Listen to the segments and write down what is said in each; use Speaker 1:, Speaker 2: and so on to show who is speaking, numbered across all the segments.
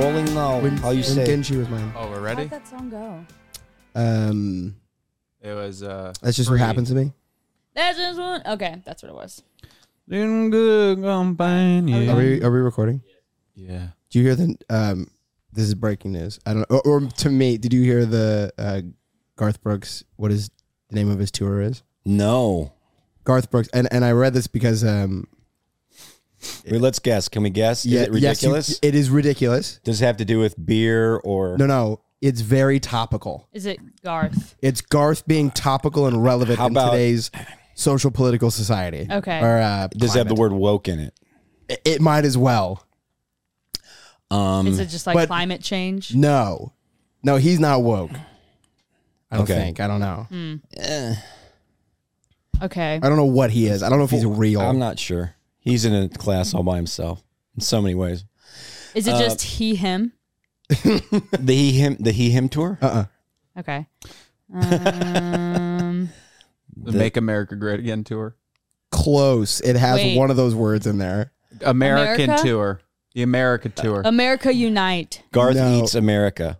Speaker 1: When,
Speaker 2: How you
Speaker 1: when
Speaker 2: say it?
Speaker 1: Genji was mine.
Speaker 3: Oh, we're
Speaker 4: How'd
Speaker 3: ready.
Speaker 4: that song go?
Speaker 1: Um,
Speaker 3: It was. uh
Speaker 1: that's just
Speaker 3: Free.
Speaker 1: what happened to me.
Speaker 4: That's just one. Okay, that's what it was.
Speaker 3: In good company.
Speaker 1: Are we are we recording?
Speaker 3: Yeah.
Speaker 1: Do you hear the? Um, this is breaking news. I don't know. Or, or to me, did you hear the uh, Garth Brooks? What is the name of his tour is?
Speaker 2: No.
Speaker 1: Garth Brooks, and and I read this because um,
Speaker 2: Wait, let's guess. Can we guess?
Speaker 1: yeah,
Speaker 2: Is it ridiculous?
Speaker 1: Yes, you- it is ridiculous.
Speaker 2: Does it have to do with beer or
Speaker 1: No, no, it's very topical.
Speaker 4: Is it Garth?
Speaker 1: It's Garth being topical and relevant
Speaker 2: How
Speaker 1: in
Speaker 2: about-
Speaker 1: today's social political society.
Speaker 4: Okay.
Speaker 1: Or uh,
Speaker 2: does it have the word woke in it?
Speaker 1: word? It might as well.
Speaker 2: Um,
Speaker 4: Is it just like
Speaker 1: but-
Speaker 4: climate change?
Speaker 1: No, no, he's not woke. I don't
Speaker 2: Okay.
Speaker 1: think. I don't know.
Speaker 4: Okay.
Speaker 1: I don't know what he is. I don't know if he's real.
Speaker 2: I'm not sure. He's in a class all by himself in so many ways.
Speaker 4: Is it just
Speaker 2: Uh,
Speaker 4: he him?
Speaker 2: The he him the he him tour.
Speaker 1: Uh-uh.
Speaker 4: Okay. Um,
Speaker 3: The Make America Great Again tour.
Speaker 1: Close. It has
Speaker 4: Wait.
Speaker 1: one of those words in there.
Speaker 3: American
Speaker 4: America? Uh,
Speaker 3: tour. The America tour.
Speaker 4: America Unite.
Speaker 2: Garth
Speaker 1: No.
Speaker 2: eats America.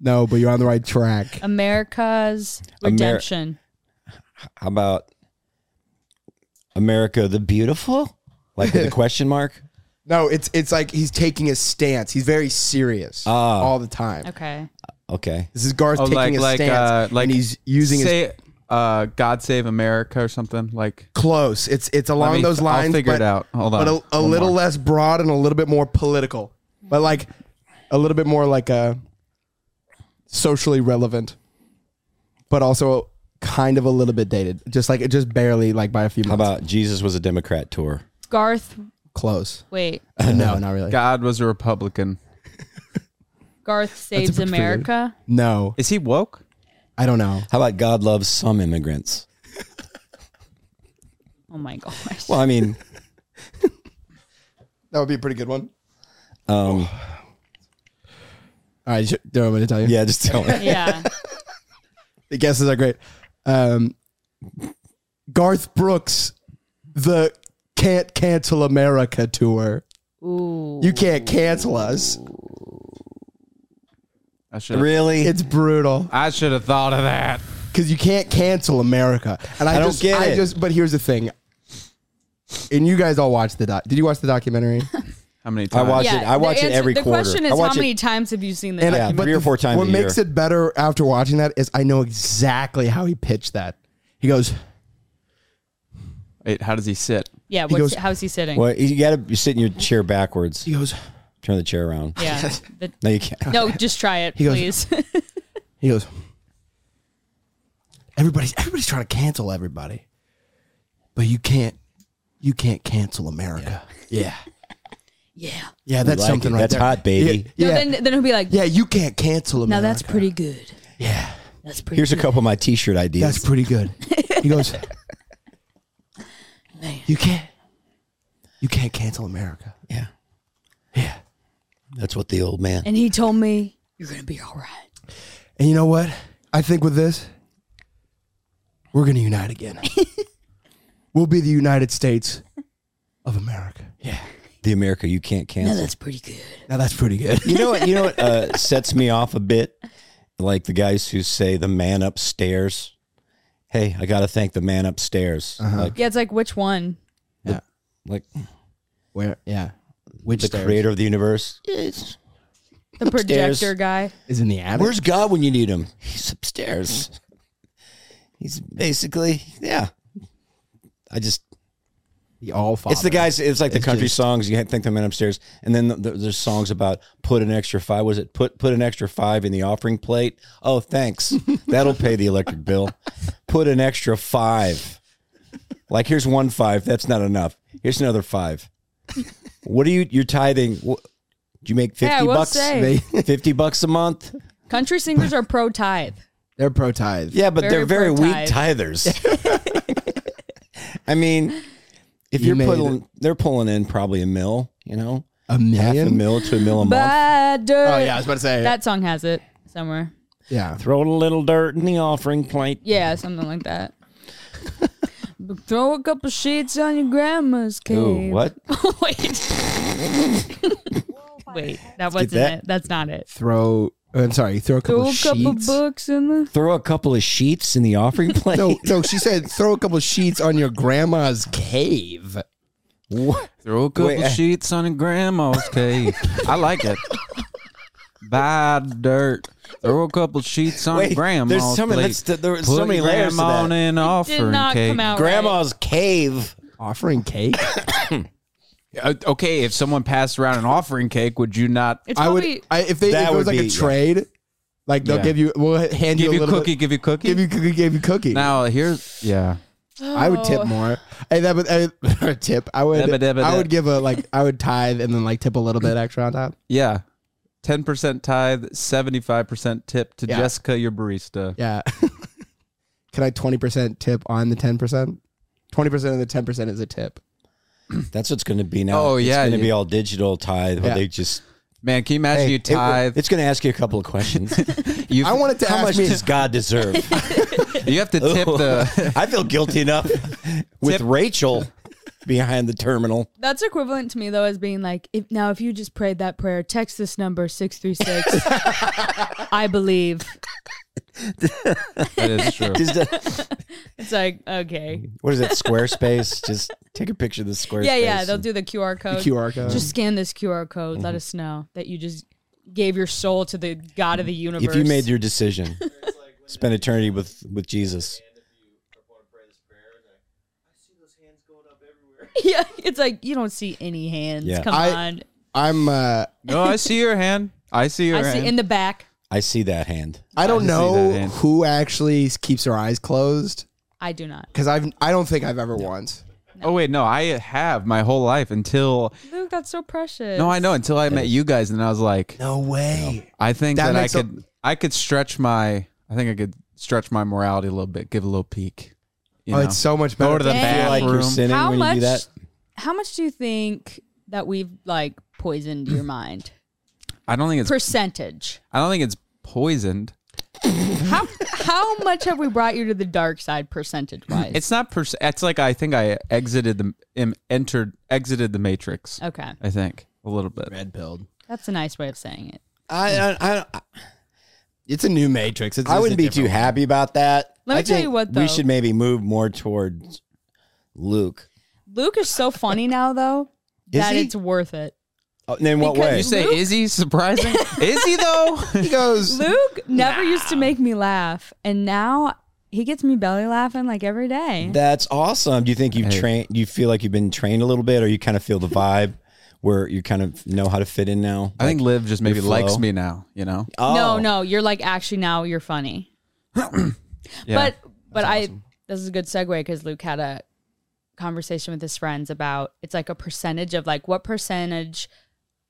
Speaker 1: No, but you're on the right track.
Speaker 4: America's
Speaker 2: Amer-
Speaker 4: redemption.
Speaker 2: How about America the beautiful? Like with a question mark.
Speaker 1: No, it's it's like he's taking a stance. He's very serious all the time.
Speaker 4: okay.
Speaker 2: Okay.
Speaker 1: This is Garth
Speaker 3: Oh,
Speaker 1: taking a
Speaker 3: like like uh,
Speaker 1: stance,
Speaker 3: like
Speaker 1: and he's using his
Speaker 3: say uh, God Save America or something like.
Speaker 1: close. It's it's along
Speaker 3: me-
Speaker 1: those
Speaker 3: I'll
Speaker 1: lines.
Speaker 3: figure it
Speaker 1: but-
Speaker 3: out. Hold
Speaker 1: but
Speaker 3: on.
Speaker 1: a, a
Speaker 3: One
Speaker 1: little
Speaker 3: more.
Speaker 1: less broad and a little bit more political, but like a little bit more like a socially relevant, but also kind of a little bit dated. Just like just barely like by a few
Speaker 2: How
Speaker 1: months.
Speaker 2: about Jesus was a Democrat tour?
Speaker 4: Garth.
Speaker 1: close?
Speaker 4: Wait.
Speaker 1: no, not really.
Speaker 3: God was a Republican.
Speaker 4: Garth saves
Speaker 1: bit weird.
Speaker 4: America.
Speaker 1: No,
Speaker 3: Is he woke?
Speaker 1: I don't know.
Speaker 2: How about God loves some immigrants?
Speaker 4: Oh my gosh.
Speaker 2: Well, I mean,
Speaker 1: That would be a pretty good one.
Speaker 2: um,
Speaker 1: All right, sh- do you want me to tell you?
Speaker 2: yeah, just tell me.
Speaker 4: yeah.
Speaker 1: the guesses are great. Um, Garth Brooks, the can't cancel America tour.
Speaker 4: Ooh.
Speaker 1: You can't cancel us.
Speaker 3: I should.
Speaker 2: Really?
Speaker 1: It's brutal
Speaker 3: I should have thought of that.
Speaker 1: because you can't cancel America. And I,
Speaker 2: I don't
Speaker 1: just,
Speaker 2: get
Speaker 1: I
Speaker 2: it.
Speaker 1: just, but here's the thing. And you guys all watched the doc. Did you watch the documentary?
Speaker 2: Uh,
Speaker 3: How many
Speaker 2: I
Speaker 3: times?
Speaker 2: watch it.
Speaker 4: Yeah,
Speaker 2: I watch
Speaker 4: the
Speaker 2: it every
Speaker 4: the
Speaker 2: quarter.
Speaker 4: question
Speaker 2: I
Speaker 4: is how
Speaker 2: watch
Speaker 4: many
Speaker 2: it.
Speaker 4: times have you seen the
Speaker 1: And
Speaker 2: Yeah,
Speaker 1: but
Speaker 2: three or four times
Speaker 1: What
Speaker 2: a
Speaker 1: makes
Speaker 2: year.
Speaker 1: it better after watching that is I know exactly how he pitched that. He goes,
Speaker 3: Wait, how does he sit?
Speaker 2: uh,
Speaker 4: Yeah,
Speaker 1: He goes-
Speaker 4: what's, how's he sitting?
Speaker 2: Well, you got to sit in your chair backwards.
Speaker 1: he goes,
Speaker 2: Turn the chair around.
Speaker 4: Yeah. The-
Speaker 2: No, you can't.
Speaker 4: no, just try it,
Speaker 1: goes-
Speaker 4: please.
Speaker 1: He goes, everybody's everybody's trying to cancel everybody, but you can't, you can't cancel America. Yeah,
Speaker 4: yeah.
Speaker 1: yeah, that's
Speaker 2: like
Speaker 1: something
Speaker 2: it.
Speaker 1: right
Speaker 2: That's
Speaker 1: there.
Speaker 2: hot, baby.
Speaker 1: Yeah,
Speaker 4: No,
Speaker 1: yeah,
Speaker 4: then, then he'll be like,
Speaker 1: yeah, you can't cancel
Speaker 4: now
Speaker 1: America.
Speaker 4: that's pretty good.
Speaker 1: yeah,
Speaker 4: That's pretty
Speaker 2: Here's a couple of my T-shirt ideas.
Speaker 1: that's pretty good. He goes, you can't, you can't cancel America.
Speaker 2: yeah,
Speaker 1: Yeah,
Speaker 2: that's what the old man.
Speaker 4: And he told me, you're going to be all right.
Speaker 1: and you know what? I think with this, we're gonna unite again. we'll be the United States of America. Yeah,
Speaker 2: The America you can't cancel.
Speaker 4: pretty good.
Speaker 1: now that's pretty good.
Speaker 2: you know what? You know what uh, sets me off a bit? Like the guys who say the man upstairs. Hey, I got to thank the man upstairs. Like,
Speaker 4: Yeah, it's like, which one?
Speaker 2: like
Speaker 1: Where? Yeah. Which
Speaker 2: the creator of the universe. Yes.
Speaker 4: The projector
Speaker 2: Upstairs.
Speaker 4: guy.
Speaker 1: is in the attic?
Speaker 2: Where's God when you need him? He's upstairs. He's basically yeah. I just
Speaker 1: the All Father?
Speaker 2: It's the guys. It's like the
Speaker 1: It's
Speaker 2: country
Speaker 1: just-
Speaker 2: songs. You think the men upstairs, and then th- th- there's songs about put an extra five. Was it put put an extra five in the offering plate? Oh, thanks. That'll pay the electric bill. Put an extra five. Like here's one five. That's not enough. Here's another five. What are you? You're tithing. Wh- Do you make
Speaker 4: Hey,
Speaker 2: fifty
Speaker 4: I will
Speaker 2: bucks?
Speaker 4: say-
Speaker 1: They
Speaker 2: Fifty bucks a month?
Speaker 4: Country singers are pro tithe.
Speaker 1: they're pro tithe.
Speaker 2: Yeah, but
Speaker 4: Very
Speaker 2: they're very
Speaker 4: poor
Speaker 2: weak tithers. I mean, if
Speaker 1: You
Speaker 2: you're
Speaker 1: made
Speaker 2: pulling, they're pulling in probably a mill. You know.
Speaker 1: A
Speaker 2: half a
Speaker 1: million.
Speaker 2: mil to a mil a month.
Speaker 4: Bad dirt.
Speaker 1: oh yeah, I was about to say.
Speaker 4: That song has it somewhere.
Speaker 1: yeah.
Speaker 2: Throw a little dirt in the offering plate.
Speaker 4: Yeah, something like that. But Throw a couple sheets on your grandma's cave.
Speaker 2: Ooh, what?
Speaker 4: Wait. Wait, that wasn't
Speaker 2: that.
Speaker 4: it. That's not it.
Speaker 1: Throw. uh, I'm sorry. Throw a couple
Speaker 4: Throw a
Speaker 1: of
Speaker 4: couple
Speaker 1: sheets.
Speaker 4: books in the.
Speaker 2: Throw a couple of sheets in the offering plate.
Speaker 1: no, no. She said throw a couple of sheets on your grandma's cave.
Speaker 2: What?
Speaker 3: Throw a couple
Speaker 2: Wait, I-
Speaker 3: sheets on your grandma's cave. I like it. Buy dirt. Throw a couple sheets on
Speaker 2: Wait,
Speaker 3: grandma's
Speaker 2: there's so many-
Speaker 3: plate.
Speaker 2: that's- there's
Speaker 3: Put
Speaker 2: so many
Speaker 3: your
Speaker 2: layers to
Speaker 3: grandma
Speaker 2: that.
Speaker 3: on an offering
Speaker 4: Did not
Speaker 3: cake.
Speaker 4: come out. right.
Speaker 2: Grandma's cave.
Speaker 1: Offering cake.
Speaker 3: Uh, okay, if someone passed around an offering cake, would you not
Speaker 4: It's
Speaker 1: I would.
Speaker 4: probably
Speaker 1: I, if they
Speaker 2: That
Speaker 1: if it
Speaker 2: would
Speaker 1: was like
Speaker 2: be-
Speaker 1: a
Speaker 2: yeah.
Speaker 1: trade, like they'll
Speaker 3: Yeah.
Speaker 1: give you. We'll hand
Speaker 3: give
Speaker 1: you a
Speaker 3: you
Speaker 1: little
Speaker 3: cookie?
Speaker 1: Bit,
Speaker 3: give you cookie?
Speaker 1: give you cookie. Give you cookie.
Speaker 3: now here's yeah.
Speaker 1: I would
Speaker 4: Oh.
Speaker 1: tip more. Hey, that would I would- tip. I would.
Speaker 3: Dabba dabba
Speaker 1: I would
Speaker 3: dab.
Speaker 1: give a like. I would tithe and then like tip a little bit extra on top.
Speaker 3: Yeah. 10% tithe, 75% tip to
Speaker 1: Yeah.
Speaker 3: Jessica, your barista.
Speaker 1: Yeah. Can I twenty percent tip on the ten percent? Twenty percent of the ten percent is a tip.
Speaker 2: That's what's going to be now.
Speaker 3: Oh,
Speaker 2: it's
Speaker 3: yeah,
Speaker 2: going to
Speaker 3: yeah.
Speaker 2: be all digital tithe. Where
Speaker 1: Yeah.
Speaker 2: they just
Speaker 3: Man, can you imagine
Speaker 2: Hey,
Speaker 3: you
Speaker 2: it-
Speaker 3: tithe?
Speaker 2: it's going to ask you a couple of questions.
Speaker 3: you,
Speaker 1: I wanted to
Speaker 2: How much
Speaker 1: ask me.
Speaker 2: does God deserve?
Speaker 3: you have to tip the.
Speaker 2: I feel guilty enough with
Speaker 3: Tip-
Speaker 2: Rachel behind the terminal.
Speaker 4: That's equivalent to me though as being like, if now if you just prayed that prayer, text this number six three six. I believe
Speaker 3: That is true.
Speaker 2: Is that-
Speaker 4: it's like okay,
Speaker 2: what is that? Squarespace. Just take a picture of the Squarespace.
Speaker 4: yeah, yeah. They'll
Speaker 2: and-
Speaker 4: do the QR code.
Speaker 1: QR code.
Speaker 4: Just scan this QR code.
Speaker 2: Mm-hmm.
Speaker 4: Let us know that you just gave your soul to the God of the universe.
Speaker 2: Mm-hmm. if you made your decision, spend eternity with with Jesus.
Speaker 4: yeah, it's like you don't see any hands.
Speaker 2: Yeah.
Speaker 4: Come
Speaker 1: I-
Speaker 4: on,
Speaker 1: I'm. Uh,
Speaker 3: No, I see your hand. I see your
Speaker 4: I
Speaker 3: hand.
Speaker 4: see in the back.
Speaker 2: I see that hand.
Speaker 1: I don't
Speaker 3: see
Speaker 1: know
Speaker 3: that, Ann.
Speaker 1: who actually keeps their eyes closed
Speaker 4: I do not.
Speaker 1: because I've. I don't think I've ever once.
Speaker 3: oh, wait, no, I have my whole life until.
Speaker 4: Luke, that's so precious.
Speaker 3: No, I know, until I met you guys, and I was like,
Speaker 1: No way.
Speaker 3: I think
Speaker 1: That
Speaker 3: that, I
Speaker 1: makes a-
Speaker 3: could. I could stretch my. I think I could stretch my morality a little bit, give a little peek. You
Speaker 1: oh,
Speaker 3: know?
Speaker 1: it's so much better.
Speaker 3: Go to the
Speaker 4: Dang. Feel like
Speaker 2: Like you're
Speaker 3: bathroom.
Speaker 2: sinning
Speaker 4: How
Speaker 2: when you do
Speaker 4: much-
Speaker 2: that.
Speaker 4: How much do you think that we've like poisoned your mind?
Speaker 3: I don't think it's.
Speaker 4: Percentage.
Speaker 3: I don't think it's poisoned.
Speaker 4: How how much have we brought you to the dark side percentage wise?
Speaker 3: It's not. Per, it's like I think I exited the em, entered exited the matrix.
Speaker 4: okay.
Speaker 3: I think a little bit.
Speaker 1: Red pilled.
Speaker 4: That's a nice way of saying it.
Speaker 2: I I, I,
Speaker 1: It's a new Matrix. It's,
Speaker 2: I
Speaker 1: it's
Speaker 2: wouldn't
Speaker 1: a
Speaker 2: be too
Speaker 1: different
Speaker 2: happy about that.
Speaker 4: Let me
Speaker 2: I
Speaker 4: tell
Speaker 2: think
Speaker 4: you what,
Speaker 2: we
Speaker 4: though.
Speaker 2: should maybe move more towards Luke.
Speaker 4: Luke is so funny now though
Speaker 2: Is
Speaker 4: that
Speaker 2: he?
Speaker 4: it's worth it.
Speaker 2: Oh, in what
Speaker 4: Because
Speaker 2: way?
Speaker 3: You say
Speaker 4: Luke-
Speaker 3: is he surprising? is he though?
Speaker 1: one. He goes.
Speaker 4: Luke never used to make me laugh and now he gets me belly laughing like every day.
Speaker 2: That's awesome. Do you think you've
Speaker 3: Hey.
Speaker 2: trained? You feel like you've been trained a little bit, or you kind of feel the vibe where you kind of know how to fit in now?
Speaker 3: I think Liv just maybe
Speaker 2: flow.
Speaker 3: likes me now. You know.
Speaker 2: Oh,
Speaker 4: No, no, you're like actually now you're funny.
Speaker 3: Yeah.
Speaker 4: But but I this is a good segue because Luke had a conversation with his friends about it's like a percentage of like what percentage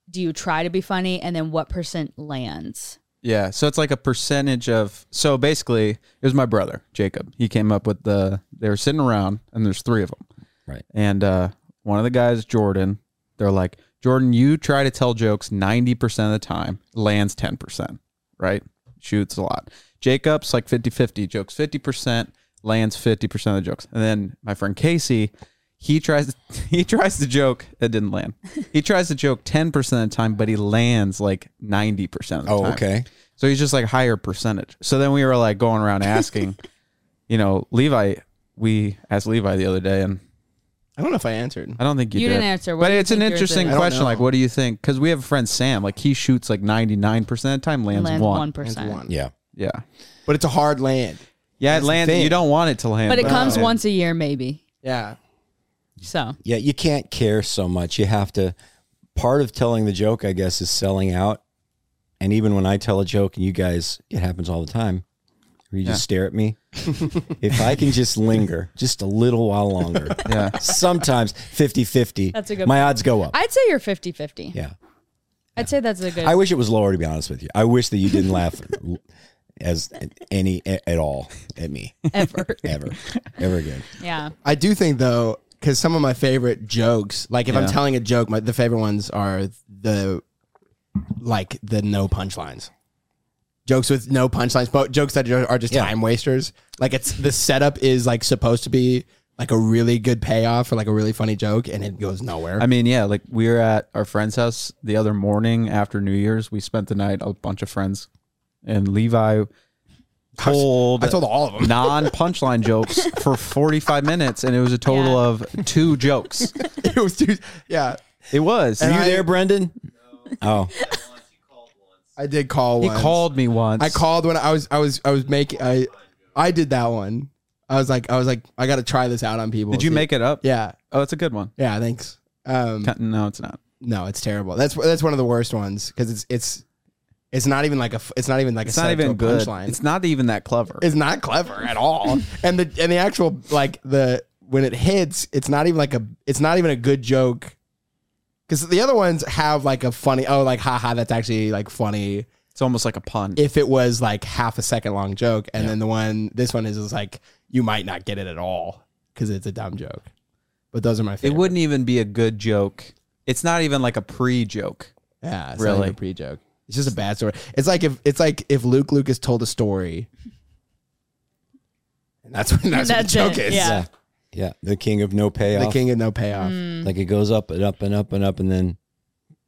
Speaker 4: do you try to be funny and then what percent lands.
Speaker 3: yeah. So it's like a percentage of. So basically, it was my brother Jacob. He came up with the. They were sitting around, and there's three of them.
Speaker 2: Right.
Speaker 3: And uh, one of the guys, Jordan, they're like, Jordan, you try to tell jokes 90% of the time, lands 10%, right? Shoots a lot. Jacob's like 50 50, jokes 50%, lands 50% of the jokes. And then my friend Casey, he tries he tries to joke, it didn't land. He tries to joke 10% of the time, but he lands like 90% of the
Speaker 2: Oh,
Speaker 3: time.
Speaker 2: okay.
Speaker 3: So he's just like higher percentage. So then we were like going around asking, you know, Levi, we asked Levi the other day and
Speaker 1: I don't know if I answered.
Speaker 3: I don't think you,
Speaker 4: You
Speaker 3: did.
Speaker 4: didn't answer. What
Speaker 3: but
Speaker 4: do you
Speaker 3: it's an
Speaker 4: think yours
Speaker 3: interesting
Speaker 4: is?
Speaker 1: I don't
Speaker 3: question.
Speaker 1: know.
Speaker 3: Like, what do you think? Because we have a friend Sam. Like, he shoots like ninety nine percent of the time, lands,
Speaker 4: Lands
Speaker 3: one.
Speaker 4: one
Speaker 1: It's
Speaker 4: percent.
Speaker 1: one.
Speaker 2: Yeah.
Speaker 3: Yeah,
Speaker 1: But it's a hard land.
Speaker 3: yeah. it lands.
Speaker 1: thing.
Speaker 3: You don't want it to land.
Speaker 4: But it comes
Speaker 1: Wow.
Speaker 4: once a year maybe.
Speaker 1: Yeah.
Speaker 4: So
Speaker 2: Yeah. You can't care so much. You have to. Part of telling the joke, I guess, is selling out. And even when I tell a joke, and you guys, it happens all the time. Where you just stare at me. if I can just linger just a little while longer,
Speaker 3: yeah.
Speaker 2: sometimes 50 50,
Speaker 4: That's a good
Speaker 2: my odds go up.
Speaker 4: I'd say you're 50-50.
Speaker 2: yeah.
Speaker 4: I'd say that's a good
Speaker 2: I wish it was lower, to be honest with you. I wish that you didn't laugh as any at all at me
Speaker 4: effort.
Speaker 2: ever, ever again.
Speaker 4: yeah.
Speaker 1: I do think though, because some of my favorite jokes, like if I'm
Speaker 3: Yeah.
Speaker 1: telling a joke, my the favorite ones are the like the no punchlines. Jokes with no punchlines, but jokes that are are just
Speaker 2: Yeah.
Speaker 1: time wasters. Like it's the setup is like supposed to be like a really good payoff or like a really funny joke and it goes nowhere.
Speaker 3: I mean, yeah, like we were at our friend's house the other morning after New Year's. We spent the night a bunch of friends, and Levi told
Speaker 1: I told all of them.
Speaker 3: non punchline jokes for forty five minutes, and it was a total
Speaker 4: Yeah.
Speaker 3: of two jokes.
Speaker 1: it was too, yeah.
Speaker 3: It was.
Speaker 2: Were you
Speaker 1: I-
Speaker 2: there, Brendan? Oh,
Speaker 1: I did call.
Speaker 3: he
Speaker 1: once.
Speaker 3: called me once.
Speaker 1: I called when I was I was I was making I I did that one. I was like I was like I got to try this out on people.
Speaker 3: Did you
Speaker 1: See-
Speaker 3: make it up?
Speaker 1: Yeah,
Speaker 3: Oh, it's a good one.
Speaker 1: yeah. Thanks. Um,
Speaker 3: No, it's not.
Speaker 1: no, it's terrible. That's that's one of the worst ones because it's it's it's not even like a f- it's not even like
Speaker 3: It's
Speaker 1: a
Speaker 3: not
Speaker 1: setup to
Speaker 3: even
Speaker 1: a
Speaker 3: good.
Speaker 1: punchline.
Speaker 3: It's not even that clever.
Speaker 1: It's not clever at all. and the and the actual like the when it hits, it's not even like a it's not even a good joke. Because the other ones have like a funny oh like haha that's actually like funny
Speaker 3: It's almost like a pun.
Speaker 1: if it was like half a second long joke, and then the one this one is, is like you might not get it at all because it's a dumb joke. But those are my
Speaker 3: It
Speaker 1: favorite.
Speaker 3: wouldn't even be a good joke. It's not even like a pre joke.
Speaker 1: yeah, it's
Speaker 3: Really?
Speaker 1: really pre joke. It's just a bad story. It's like if it's like if Luke Lucas told a story, and that's when that's,
Speaker 4: That's
Speaker 1: what the joke
Speaker 4: it,
Speaker 1: is.
Speaker 4: yeah.
Speaker 2: yeah, yeah. The king of no
Speaker 1: The
Speaker 2: payoff.
Speaker 1: king of no payoff.
Speaker 4: Mm.
Speaker 2: Like it goes up and up and up and up, and then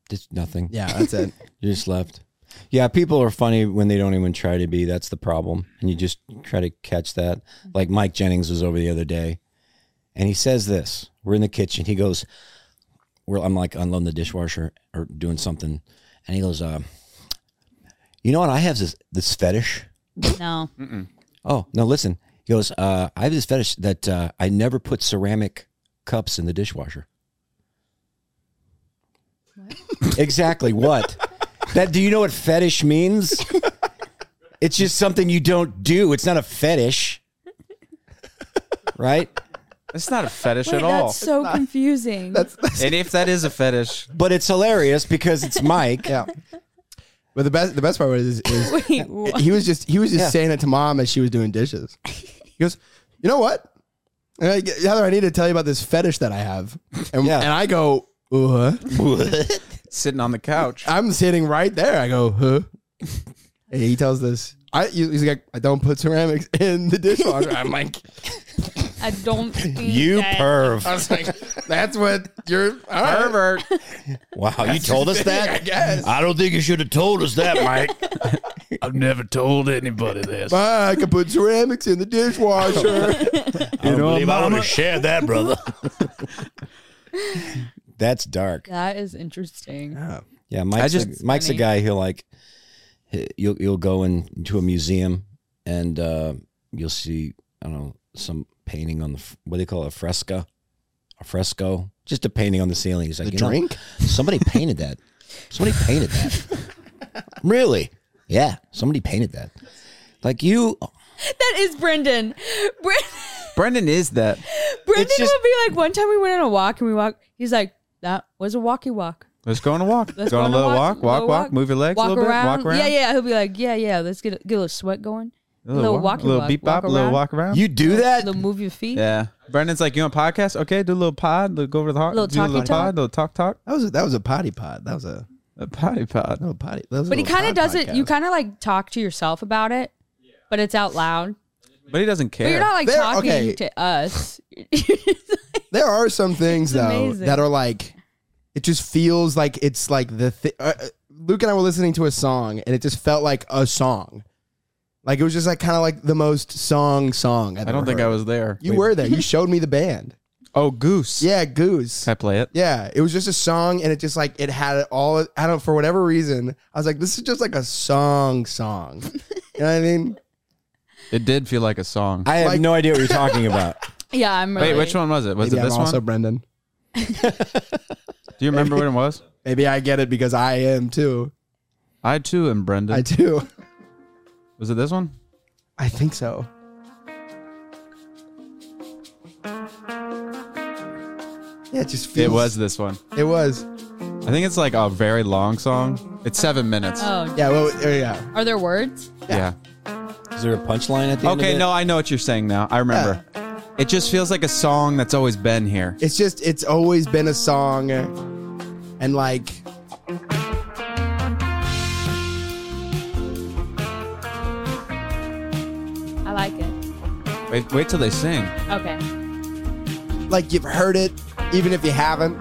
Speaker 2: just nothing.
Speaker 1: Yeah, that's it.
Speaker 2: You're just left. Yeah, people are funny when they don't even try to be. That's the problem. And you just try to catch that. Like Mike Jennings was over the other day and he says this. We're in the kitchen. He goes, Well, I'm like unloading the dishwasher or doing something. And he goes, uh, You know what? I have this, this fetish.
Speaker 4: No.
Speaker 2: Oh, no, listen. He goes, uh, I have this fetish that uh, I never put ceramic cups in the dishwasher. exactly what? that do you know what fetish means? it's just something you don't do. It's not a fetish. right?
Speaker 3: It's not a fetish
Speaker 4: Wait,
Speaker 3: at all.
Speaker 4: that's so confusing. That's
Speaker 3: And if that is a fetish,
Speaker 2: But it's hilarious because it's Mike.
Speaker 1: Yeah. But the best the best part was is, is
Speaker 4: Wait, what?
Speaker 1: he was just he was just
Speaker 2: Yeah.
Speaker 1: saying it to mom as she was doing dishes. He goes, you know what? And I, Heather, I need to tell you about this fetish that I have. And,
Speaker 2: Yeah.
Speaker 1: and I go, uh huh.
Speaker 3: sitting on the couch.
Speaker 1: I'm sitting right there. I go, huh? And he tells this. I he's like, I don't put ceramics in the dishwasher. I'm like,
Speaker 4: I don't. think
Speaker 2: you
Speaker 4: that-
Speaker 1: I
Speaker 2: perv.
Speaker 1: was like, that's what you're. all right.
Speaker 3: Pervert.
Speaker 2: Wow, you told us that?
Speaker 1: I guess.
Speaker 2: I don't think you should have told us that, Mike.
Speaker 5: I've never told anybody this.
Speaker 1: Ma, I can put ceramics in the dishwasher.
Speaker 2: you know,
Speaker 5: I would have shared that, brother.
Speaker 2: That's dark.
Speaker 4: That is interesting.
Speaker 2: Yeah, Mike's,
Speaker 3: just-
Speaker 2: a, Mike's a
Speaker 4: Funny.
Speaker 2: guy who like he- you'll you'll go into a museum and uh, you'll see I don't know some painting on the f- what do they call it, a fresca, a fresco, just a painting on the ceiling. He's like,
Speaker 1: The
Speaker 2: you know,
Speaker 1: drink?
Speaker 2: somebody painted that. Somebody painted that. really? Yeah, somebody painted that. Like you,
Speaker 4: That is Brendan. Brendan,
Speaker 3: Brendan is that.
Speaker 4: Brendan
Speaker 2: just-
Speaker 4: would be like, one time we went on a walk and we walked. He's like, that was a walkie walk.
Speaker 3: Let's go on a walk.
Speaker 4: Let's
Speaker 3: go on a little walk, walk, walk,
Speaker 4: little
Speaker 3: Move your legs
Speaker 4: walk
Speaker 3: a little
Speaker 4: around.
Speaker 3: bit. Walk around.
Speaker 4: Yeah, yeah. He'll be like, yeah, yeah. Let's get a, get a little sweat going.
Speaker 3: A little, walk,
Speaker 4: walkie
Speaker 3: a little
Speaker 4: walk,
Speaker 3: beep bop,
Speaker 4: walk
Speaker 3: a little
Speaker 4: around.
Speaker 3: walk around.
Speaker 2: you do that.
Speaker 4: Little move your feet.
Speaker 3: yeah. Brendan's like, you on podcast? Okay, do a little pod. Little, go over to the heart.
Speaker 4: Little
Speaker 3: do a little
Speaker 4: talky talk.
Speaker 3: pod. Little talk talk.
Speaker 1: That was a, that was a potty pod. That was a,
Speaker 3: A potty pod.
Speaker 1: that was a potty. That was a
Speaker 4: But he
Speaker 1: little
Speaker 4: kind of
Speaker 1: pod
Speaker 4: does it. You
Speaker 1: podcast.
Speaker 4: kind of like talk to yourself about it, but it's out loud.
Speaker 3: But he doesn't care.
Speaker 4: But you're not like
Speaker 1: There-
Speaker 4: talking
Speaker 1: okay.
Speaker 4: to us.
Speaker 1: There are some things though
Speaker 4: amazing.
Speaker 1: that are like it just feels like it's like the thi- uh, uh, Luke and I were listening to a song and it just felt like a song. Like it was just like kind of like the most song song. I've
Speaker 3: I don't
Speaker 1: ever
Speaker 3: think I
Speaker 1: heard.
Speaker 3: was there.
Speaker 1: You
Speaker 3: Wait.
Speaker 1: were there. You showed me the band.
Speaker 3: Oh, Goose.
Speaker 1: Yeah, Goose.
Speaker 3: Can I play it?
Speaker 1: Yeah, it was just a song and it just like it had it all. I don't for whatever reason I was like this is just like a song song. you know what I mean?
Speaker 3: It did feel like a song.
Speaker 2: I have no idea what you're talking about.
Speaker 4: yeah, I'm really.
Speaker 3: Wait, which one was it? Was
Speaker 1: Maybe
Speaker 3: it
Speaker 1: I'm
Speaker 3: this
Speaker 1: also
Speaker 3: one?
Speaker 1: Brendan.
Speaker 3: Do you remember what it was?
Speaker 1: Maybe I get it because I am too.
Speaker 3: I too am Brendan.
Speaker 1: I do.
Speaker 3: was it this one?
Speaker 1: I think so. Yeah, it just feels.
Speaker 3: It was this one.
Speaker 1: It was.
Speaker 3: I think it's like a very long song. It's seven minutes.
Speaker 4: Oh,
Speaker 1: Yeah. Well. uh, Yeah.
Speaker 4: are there words?
Speaker 3: yeah.
Speaker 2: Is there a punchline at the end? of
Speaker 3: Okay,
Speaker 2: it?
Speaker 3: no, I know what you're saying now. I remember. It just feels like a song that's always been here.
Speaker 1: It's just. It's always been a song, and like.
Speaker 4: I like it.
Speaker 3: Wait, wait till they sing.
Speaker 4: Okay.
Speaker 1: like you've heard it, even if you haven't.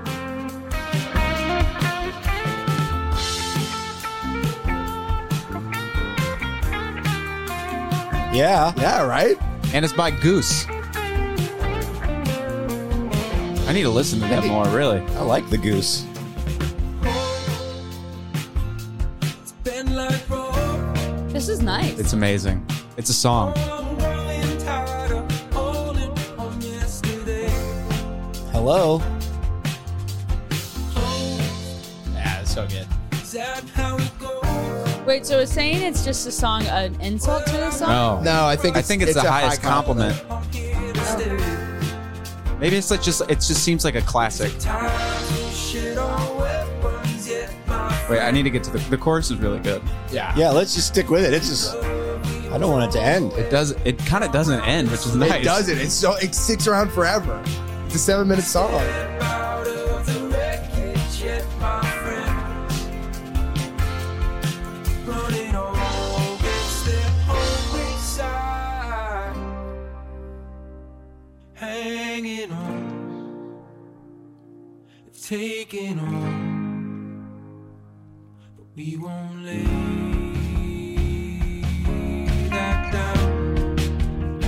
Speaker 2: Yeah.
Speaker 1: Yeah, right?
Speaker 3: And it's by Goose. I need to listen to that more, really.
Speaker 2: I like the goose.
Speaker 4: This is nice.
Speaker 3: It's amazing. It's a song.
Speaker 2: Hello.
Speaker 6: Yeah, it's so good.
Speaker 4: Wait, so it's saying it's just a song, an insult to the song?
Speaker 2: Oh.
Speaker 3: No.
Speaker 1: No, I think
Speaker 3: I
Speaker 1: it's,
Speaker 3: think it's, the
Speaker 1: a high
Speaker 3: highest compliment. Maybe it's like just it just seems like a classic. Wait, I need to get to the the chorus is really good.
Speaker 6: Yeah.
Speaker 2: Yeah, let's just stick with it. It's just, I don't want it to end.
Speaker 3: It does it kind of doesn't end, which is
Speaker 1: It
Speaker 3: nice.
Speaker 1: doesn't. It's so it sticks around forever. It's a seven minute song.
Speaker 7: Hanging on, taking on, but we won't lay that down.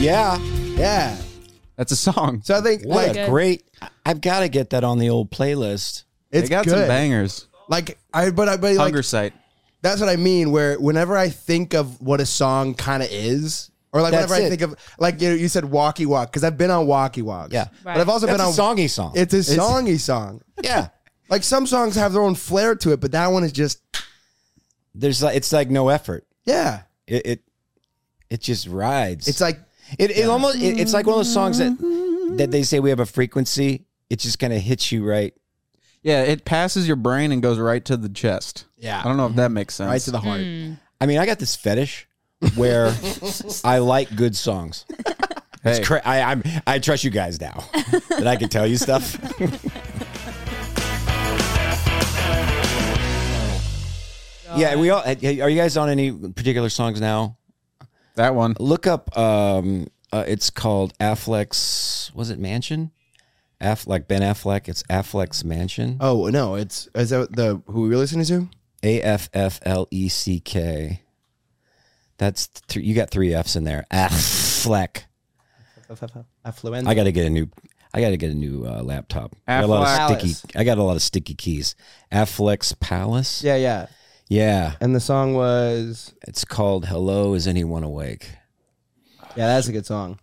Speaker 2: Yeah.
Speaker 1: Yeah.
Speaker 3: That's a song.
Speaker 1: So I think
Speaker 2: What
Speaker 1: like
Speaker 2: a great. I've got to get that on the old playlist.
Speaker 1: it's
Speaker 3: they got
Speaker 1: good.
Speaker 3: some bangers.
Speaker 1: Like I but I but like
Speaker 3: Hunger Sight.
Speaker 1: that's what I mean. Where whenever I think of what a song kind of is, or like
Speaker 2: That's
Speaker 1: whenever I
Speaker 2: it.
Speaker 1: think of like you know, you said walkie walk because I've been on walkie walks.
Speaker 2: Yeah.
Speaker 1: but I've also
Speaker 2: That's
Speaker 1: been
Speaker 2: a
Speaker 1: on
Speaker 2: songy song.
Speaker 1: It's a songy song.
Speaker 2: yeah.
Speaker 1: Like some songs have their own flair to it, but that one is just
Speaker 2: There's like, it's like no effort.
Speaker 1: yeah.
Speaker 2: It, it, it just rides.
Speaker 1: It's like
Speaker 2: It, it almost it- it's like one of those songs that that they say we have a frequency. It just kind of hits you right.
Speaker 3: Yeah, it passes your brain and goes right to the chest.
Speaker 1: Yeah.
Speaker 3: I don't know if that makes sense.
Speaker 1: right to the heart.
Speaker 2: I mean, I got this fetish where I like good songs. It's
Speaker 3: Hey.
Speaker 2: cra- I, I'm I trust you guys now that I can tell you stuff. yeah, we all uh, are. You guys on any particular songs now?
Speaker 3: that one.
Speaker 2: Look up. Um, uh, it's called Affleck's. Was it Mansion? Aff like Ben Affleck. It's Affleck's Mansion.
Speaker 1: Oh no, it's is that the who we were listening to?
Speaker 2: A F F L E C K. That's th- you got three F's in there. Affleck.
Speaker 1: Affluent.
Speaker 2: I got to get a new. I got to get a new uh, laptop. I got a lot of
Speaker 1: Affleck.
Speaker 2: sticky. I got a lot of sticky keys. Affleck's Palace.
Speaker 1: yeah, yeah.
Speaker 2: Yeah.
Speaker 1: And the song was
Speaker 2: It's called "Hello, Is Anyone Awake?"
Speaker 1: yeah, that's a good song.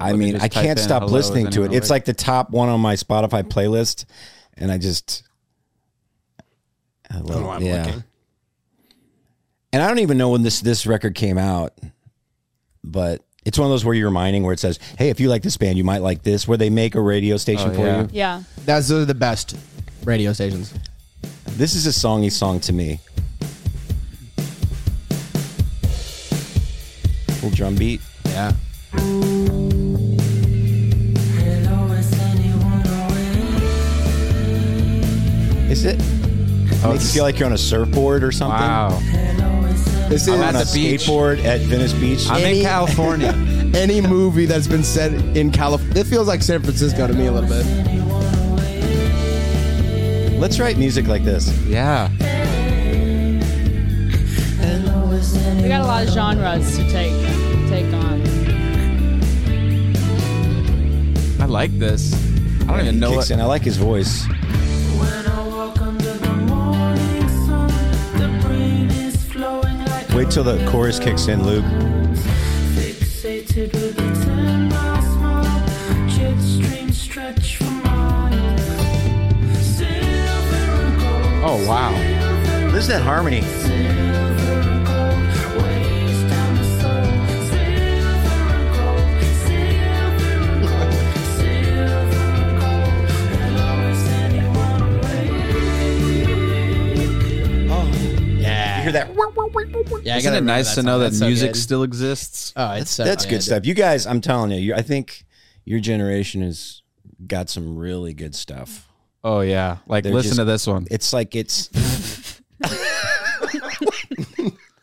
Speaker 2: I
Speaker 3: me
Speaker 2: mean,
Speaker 3: just
Speaker 2: I
Speaker 3: type
Speaker 2: can't
Speaker 3: in
Speaker 2: stop
Speaker 3: "Hello, Is
Speaker 2: listening to it.
Speaker 3: Anyone
Speaker 2: It's
Speaker 3: Awake?"
Speaker 2: like the top one on my Spotify playlist, and I just. Hello.
Speaker 1: know why I'm
Speaker 2: yeah.
Speaker 1: looking.
Speaker 2: And I don't even know when this this record came out, but it's one of those where you're mining where it says, "Hey, if you like this band, you might like this." Where they make a radio station
Speaker 3: Oh,
Speaker 2: for
Speaker 3: yeah.
Speaker 2: you.
Speaker 4: Yeah.
Speaker 1: That's those are the best radio stations.
Speaker 2: This is a songy song to me. Little drum beat.
Speaker 1: Yeah.
Speaker 2: Is it? makes you feel like you're on a surfboard or something.
Speaker 3: Oh, Wow.
Speaker 1: This is
Speaker 2: I'm on
Speaker 3: at
Speaker 2: a
Speaker 3: the beach.
Speaker 2: skateboard at Venice Beach.
Speaker 3: I'm
Speaker 1: Any-
Speaker 3: in California.
Speaker 1: any movie that's been set in California. It feels like San Francisco to me a little bit.
Speaker 2: Let's write music like this.
Speaker 3: yeah.
Speaker 4: We got a lot of genres to take take on.
Speaker 3: I like this. I don't even know
Speaker 2: Kicks
Speaker 3: what
Speaker 2: in. I like his voice. Wait till the chorus kicks in, Luke.
Speaker 3: Oh wow.
Speaker 2: Listen to that harmony.
Speaker 6: Yeah.
Speaker 2: You hear that?
Speaker 6: Yeah, I
Speaker 3: Isn't
Speaker 6: gotta
Speaker 3: it
Speaker 6: remember
Speaker 3: nice
Speaker 6: that
Speaker 3: to know
Speaker 6: song.
Speaker 3: that
Speaker 6: That's so
Speaker 3: music
Speaker 6: good.
Speaker 3: still exists?
Speaker 6: Oh, it's so
Speaker 2: That's good stuff. You guys, I'm telling you, you, I think your generation has got some really good stuff.
Speaker 3: Oh yeah. Like
Speaker 2: They're
Speaker 3: listen
Speaker 2: just-
Speaker 3: to this one.
Speaker 2: It's like it's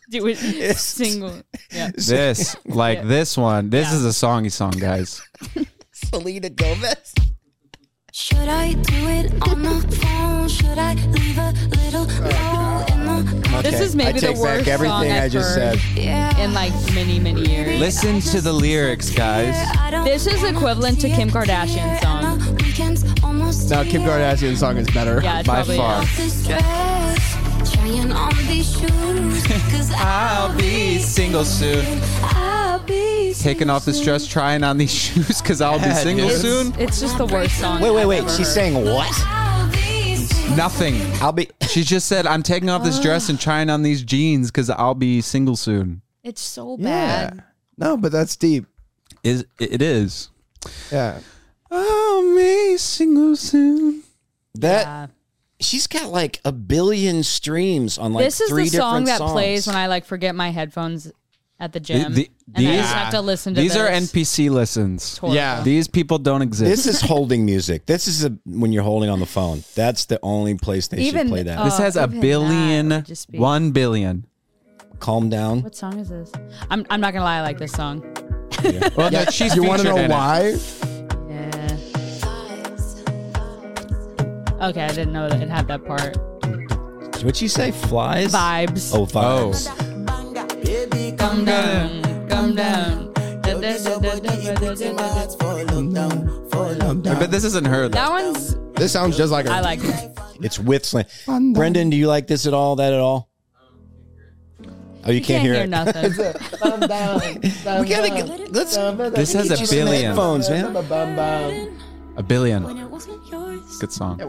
Speaker 4: Do it single. Yeah.
Speaker 3: This, like this one, this is a songy song, guys.
Speaker 2: Selena Gomez.
Speaker 8: Should I do it on the phone? Should I leave a little note in the pocket?
Speaker 4: This is maybe
Speaker 2: I
Speaker 4: the
Speaker 2: take
Speaker 4: worst
Speaker 2: back everything
Speaker 4: song
Speaker 2: I
Speaker 4: I've
Speaker 2: just
Speaker 4: heard.
Speaker 2: said.
Speaker 8: Yeah.
Speaker 4: in like many many years.
Speaker 3: Listen to the lyrics, guys.
Speaker 4: This is equivalent to Kim Kardashian's song.
Speaker 1: Now Kim Kardashian's song is better.
Speaker 4: Yeah, it
Speaker 3: By
Speaker 4: probably
Speaker 3: far.
Speaker 4: is.
Speaker 8: Trying on these shoes, cause I'll be
Speaker 3: single soon.
Speaker 8: I'll be
Speaker 3: Taking off this dress, trying on these shoes because I'll be single
Speaker 2: dude.
Speaker 3: soon.
Speaker 4: It's just the worst song.
Speaker 2: Wait, wait,
Speaker 4: I've
Speaker 2: wait.
Speaker 4: ever
Speaker 2: She's
Speaker 4: heard.
Speaker 2: saying what?
Speaker 8: I'll be single
Speaker 3: Nothing.
Speaker 2: I'll be.
Speaker 3: She just said, I'm taking off this dress and trying on these jeans because I'll be single soon.
Speaker 4: It's so bad.
Speaker 1: No, but that's deep.
Speaker 3: Is It is.
Speaker 1: Yeah.
Speaker 3: I'll be single soon.
Speaker 2: That
Speaker 4: Yeah.
Speaker 2: she's got like a billion streams on like
Speaker 4: this is
Speaker 2: three
Speaker 4: the song
Speaker 2: different
Speaker 4: that
Speaker 2: songs.
Speaker 4: plays when I like forget my headphones at the gym,
Speaker 3: the-
Speaker 4: and I
Speaker 3: these-
Speaker 4: just have to listen to
Speaker 3: These
Speaker 4: this.
Speaker 3: are NPC listens.
Speaker 4: Horrible.
Speaker 1: Yeah.
Speaker 3: These people don't exist.
Speaker 2: This is holding music. This is a, when you're holding on the phone. That's the only place they
Speaker 4: Even-
Speaker 2: should play that.
Speaker 4: uh,
Speaker 3: This has a
Speaker 4: even that
Speaker 3: billion,
Speaker 4: would just be-
Speaker 3: one billion.
Speaker 4: uh,
Speaker 2: Calm down.
Speaker 4: What song is this? I'm I'm not gonna lie, I like this song.
Speaker 3: Well, no, she's
Speaker 1: You want to
Speaker 3: featured
Speaker 1: know
Speaker 3: in
Speaker 1: why?
Speaker 3: it.
Speaker 4: Yeah.
Speaker 8: vibes.
Speaker 4: Okay, I didn't know that it had that part.
Speaker 2: What'd you say? Flies.
Speaker 4: Vibes.
Speaker 2: Oh, vibes.
Speaker 3: Oh,
Speaker 4: Come down, come down. That
Speaker 3: but this isn't her. Though.
Speaker 4: one's
Speaker 1: This sounds just like her.
Speaker 4: I like. it.
Speaker 2: It's with slant. Brendan, do you like this at all? That at all? Oh, you, can't, hear, it.
Speaker 4: nothing.
Speaker 2: We gotta get, let's.
Speaker 3: This has a
Speaker 2: get you some
Speaker 3: billion,
Speaker 2: headphones, man.
Speaker 3: a billion.
Speaker 8: When it wasn't yours,
Speaker 3: Good song.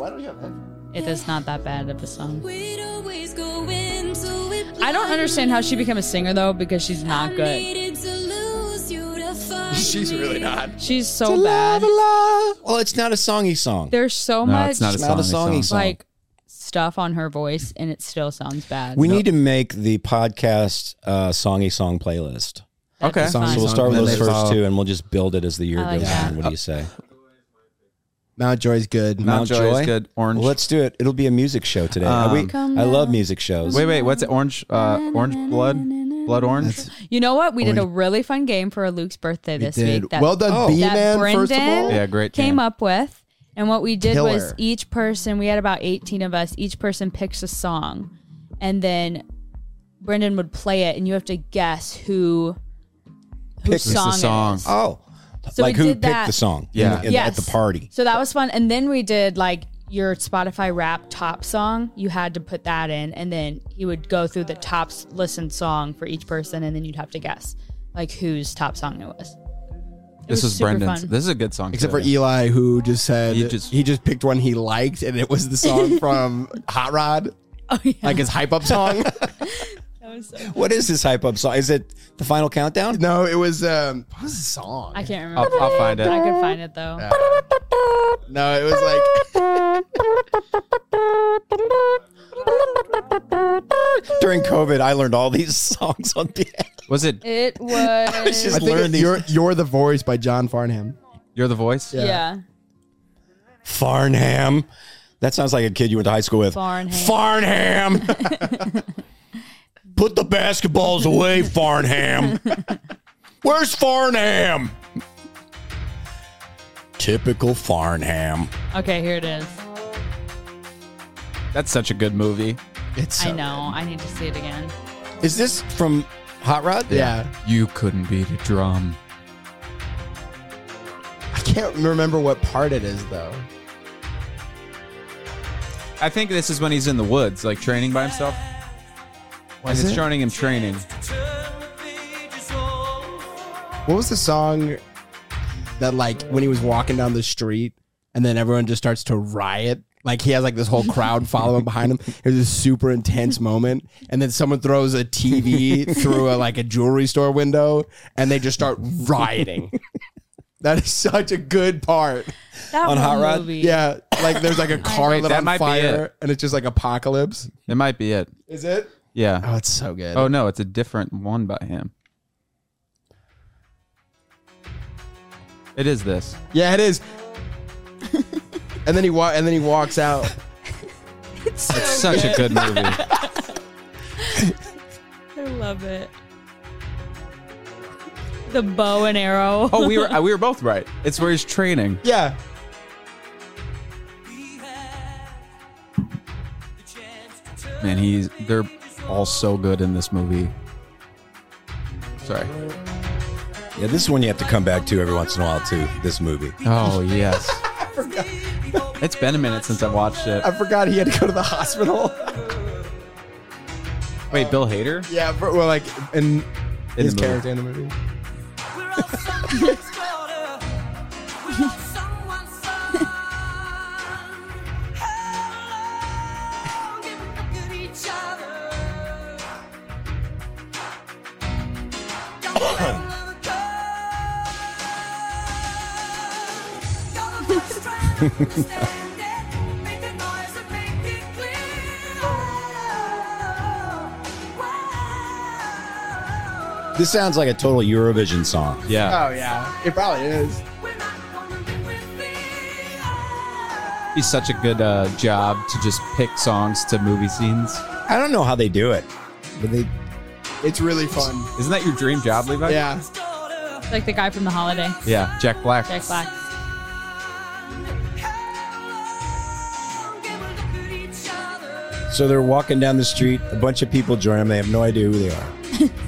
Speaker 4: it is not that bad of a song.
Speaker 8: we'd always go into it.
Speaker 4: I don't understand how she became a singer though, because she's not good.
Speaker 8: Needed to lose you to find
Speaker 6: She's really not.
Speaker 4: She's so bad.
Speaker 2: Well, it's not a songy song.
Speaker 4: There's so
Speaker 3: No,
Speaker 4: much
Speaker 3: it's not a
Speaker 2: It's not
Speaker 3: song.
Speaker 2: a
Speaker 3: it's song.
Speaker 2: songy song.
Speaker 4: like stuff on her voice, and it still sounds bad.
Speaker 2: We need to make the podcast uh, songy song playlist.
Speaker 4: That'd be
Speaker 3: Okay.
Speaker 4: fun.
Speaker 2: So we'll
Speaker 1: Song
Speaker 2: start with
Speaker 1: playlist.
Speaker 2: those first
Speaker 1: Follow.
Speaker 2: two, and we'll just build it as the year
Speaker 4: I like
Speaker 2: goes
Speaker 4: that.
Speaker 2: on. What do you say?
Speaker 3: Uh,
Speaker 1: Mount Joy's good.
Speaker 3: Mount Joy is
Speaker 2: Joy?
Speaker 3: good. Orange.
Speaker 2: Well, let's do it. It'll be a music show today. Are we,
Speaker 4: Come
Speaker 2: I love
Speaker 4: down.
Speaker 2: music shows.
Speaker 3: wait, wait. What's it? Orange. Uh, orange blood. Blood orange.
Speaker 4: You know what? We did a really fun game for Luke's birthday this week. That,
Speaker 1: well done,
Speaker 2: Oh.
Speaker 1: B
Speaker 4: that
Speaker 1: man. First of all,
Speaker 4: Brendan
Speaker 3: Yeah, great
Speaker 4: came
Speaker 3: game.
Speaker 4: up with. And what we did was
Speaker 1: Killer.
Speaker 4: each person, we had about 18 of us, each person picks a song. And then Brendan would play it, and you have to guess who, who
Speaker 2: Picks the
Speaker 4: song,
Speaker 3: the song.
Speaker 4: is.
Speaker 2: Oh,
Speaker 4: So
Speaker 2: like
Speaker 4: we
Speaker 2: who
Speaker 4: did
Speaker 2: picked
Speaker 4: that-
Speaker 2: the song?
Speaker 3: Yeah.
Speaker 2: in- in-
Speaker 4: Yes.
Speaker 2: at the party.
Speaker 4: So that was fun. And then we did like your Spotify rap top song. You had to put that in, and then he would go through the top s- listened song for each person, and then you'd have to guess like whose top song it was. It
Speaker 3: This was
Speaker 4: super
Speaker 3: Brendan's.
Speaker 4: fun.
Speaker 3: This is a good song.
Speaker 1: except
Speaker 3: too.
Speaker 1: for E, Eli, who just said
Speaker 3: He
Speaker 1: he
Speaker 3: just-
Speaker 1: just, picked one he liked, and it was the song from Hot Rod,
Speaker 4: oh, yeah.
Speaker 1: like his hype up song.
Speaker 4: That was so-
Speaker 2: What is this hype up song? Is it the final countdown?
Speaker 1: no, it was um, what was the song?
Speaker 4: I can't remember.
Speaker 3: I'll, I'll find
Speaker 4: I
Speaker 3: it.
Speaker 4: could find it though.
Speaker 1: no, it was like
Speaker 2: During COVID, I learned all these songs on piano.
Speaker 3: Was it?
Speaker 4: It was.
Speaker 2: just-
Speaker 1: I think
Speaker 2: Learn
Speaker 1: it-
Speaker 2: these-
Speaker 1: you're you're the voice by John Farnham.
Speaker 3: You're the voice.
Speaker 4: yeah.
Speaker 2: Farnham. That sounds like a kid you went to high school with.
Speaker 4: Farnham.
Speaker 2: Farnham. Put the basketballs away, Farnham. Where's Farnham? Typical Farnham.
Speaker 4: Okay, here it is.
Speaker 3: That's such a good movie.
Speaker 1: It's
Speaker 4: I
Speaker 1: so
Speaker 4: know. I need to see it again.
Speaker 2: Is this from Hot Rod?
Speaker 1: good. Yeah.
Speaker 3: You couldn't beat a drum.
Speaker 1: I can't remember what part it is though.
Speaker 3: I think this is when he's in the woods, like training by himself. When it's training and training.
Speaker 1: What was the song that like when he was walking down the street and then everyone just starts to riot? Like he has like this whole crowd following behind him. It was a super intense moment, and then someone throws a TV through a, like a jewelry store window, and they just start rioting. That is such a good part.
Speaker 4: That
Speaker 2: On
Speaker 4: one
Speaker 2: Hot Rod?
Speaker 4: movie.
Speaker 1: Yeah, like there's like a car
Speaker 3: Wait,
Speaker 1: lit
Speaker 3: that
Speaker 1: on
Speaker 3: might be
Speaker 1: fire,
Speaker 3: it.
Speaker 1: and it's just like apocalypse.
Speaker 3: It might be it.
Speaker 1: Is it?
Speaker 3: Yeah.
Speaker 1: Oh, it's so good.
Speaker 3: Oh no, it's a different one by him. It is this.
Speaker 1: yeah, it is. and then he wa- and then he walks out.
Speaker 3: It's such a good movie.
Speaker 4: I love it. the bow and arrow.
Speaker 3: Oh, we were uh, we were both right. It's where he's training.
Speaker 1: Yeah.
Speaker 3: Man, he's they're all so good in this movie. Sorry.
Speaker 2: Yeah, this is one you have to come back to every once in a while too. This movie.
Speaker 3: Oh yes. it's been a minute since I watched it.
Speaker 1: I forgot he had to go to the hospital.
Speaker 3: Wait, Bill Hader?
Speaker 1: yeah, but well, like, and
Speaker 3: In
Speaker 1: his
Speaker 3: the movie.
Speaker 1: character in the movie.
Speaker 2: This sounds like a total Eurovision song.
Speaker 3: Yeah.
Speaker 1: Oh yeah, it probably is.
Speaker 3: He's such a good uh, job to just pick songs to movie scenes.
Speaker 2: I don't know how they do it, but they
Speaker 1: It's really fun.
Speaker 3: Isn't that your dream job, Levi?
Speaker 1: Yeah.
Speaker 4: It's like the guy from The Holiday,
Speaker 3: Yeah. Jack Black.
Speaker 4: Jack Black.
Speaker 2: so they're walking down the street. A bunch of people join them. They have no idea who they are.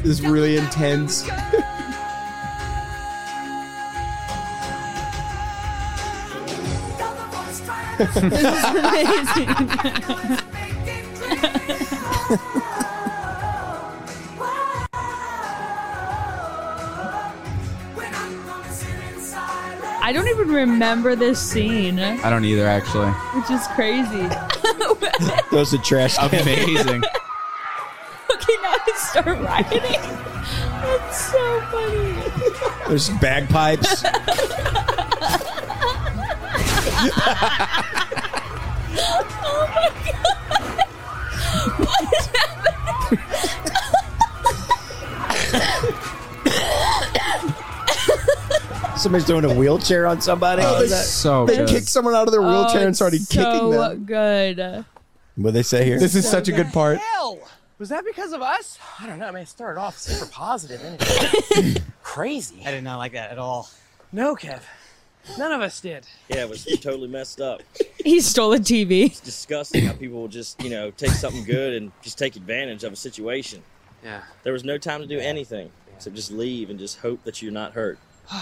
Speaker 1: It's really intense.
Speaker 4: I don't even remember this scene,
Speaker 3: I don't either, actually.
Speaker 4: which is crazy.
Speaker 2: Those are trash. cans.
Speaker 3: Amazing.
Speaker 4: Okay, now I start rioting. That's so funny.
Speaker 2: There's bagpipes. Somebody's throwing a wheelchair on somebody.
Speaker 1: they-
Speaker 3: so
Speaker 1: They
Speaker 3: good.
Speaker 1: kicked someone out of their wheelchair
Speaker 4: Oh,
Speaker 1: and
Speaker 4: it's
Speaker 1: started kicking
Speaker 4: so
Speaker 1: them.
Speaker 4: good.
Speaker 2: what they say here?
Speaker 1: This is such a good part.
Speaker 9: Was that because of us? I don't know. I mean, it started off super positive, and crazy.
Speaker 6: I did not like that at all.
Speaker 9: No, Kev. None of us did.
Speaker 10: Yeah, it was totally messed up.
Speaker 4: He stole a TV.
Speaker 10: It's disgusting how people will just, you know, take something good and just take advantage of a situation.
Speaker 9: Yeah.
Speaker 10: There was no time to do anything except just leave and just hope that you're not hurt.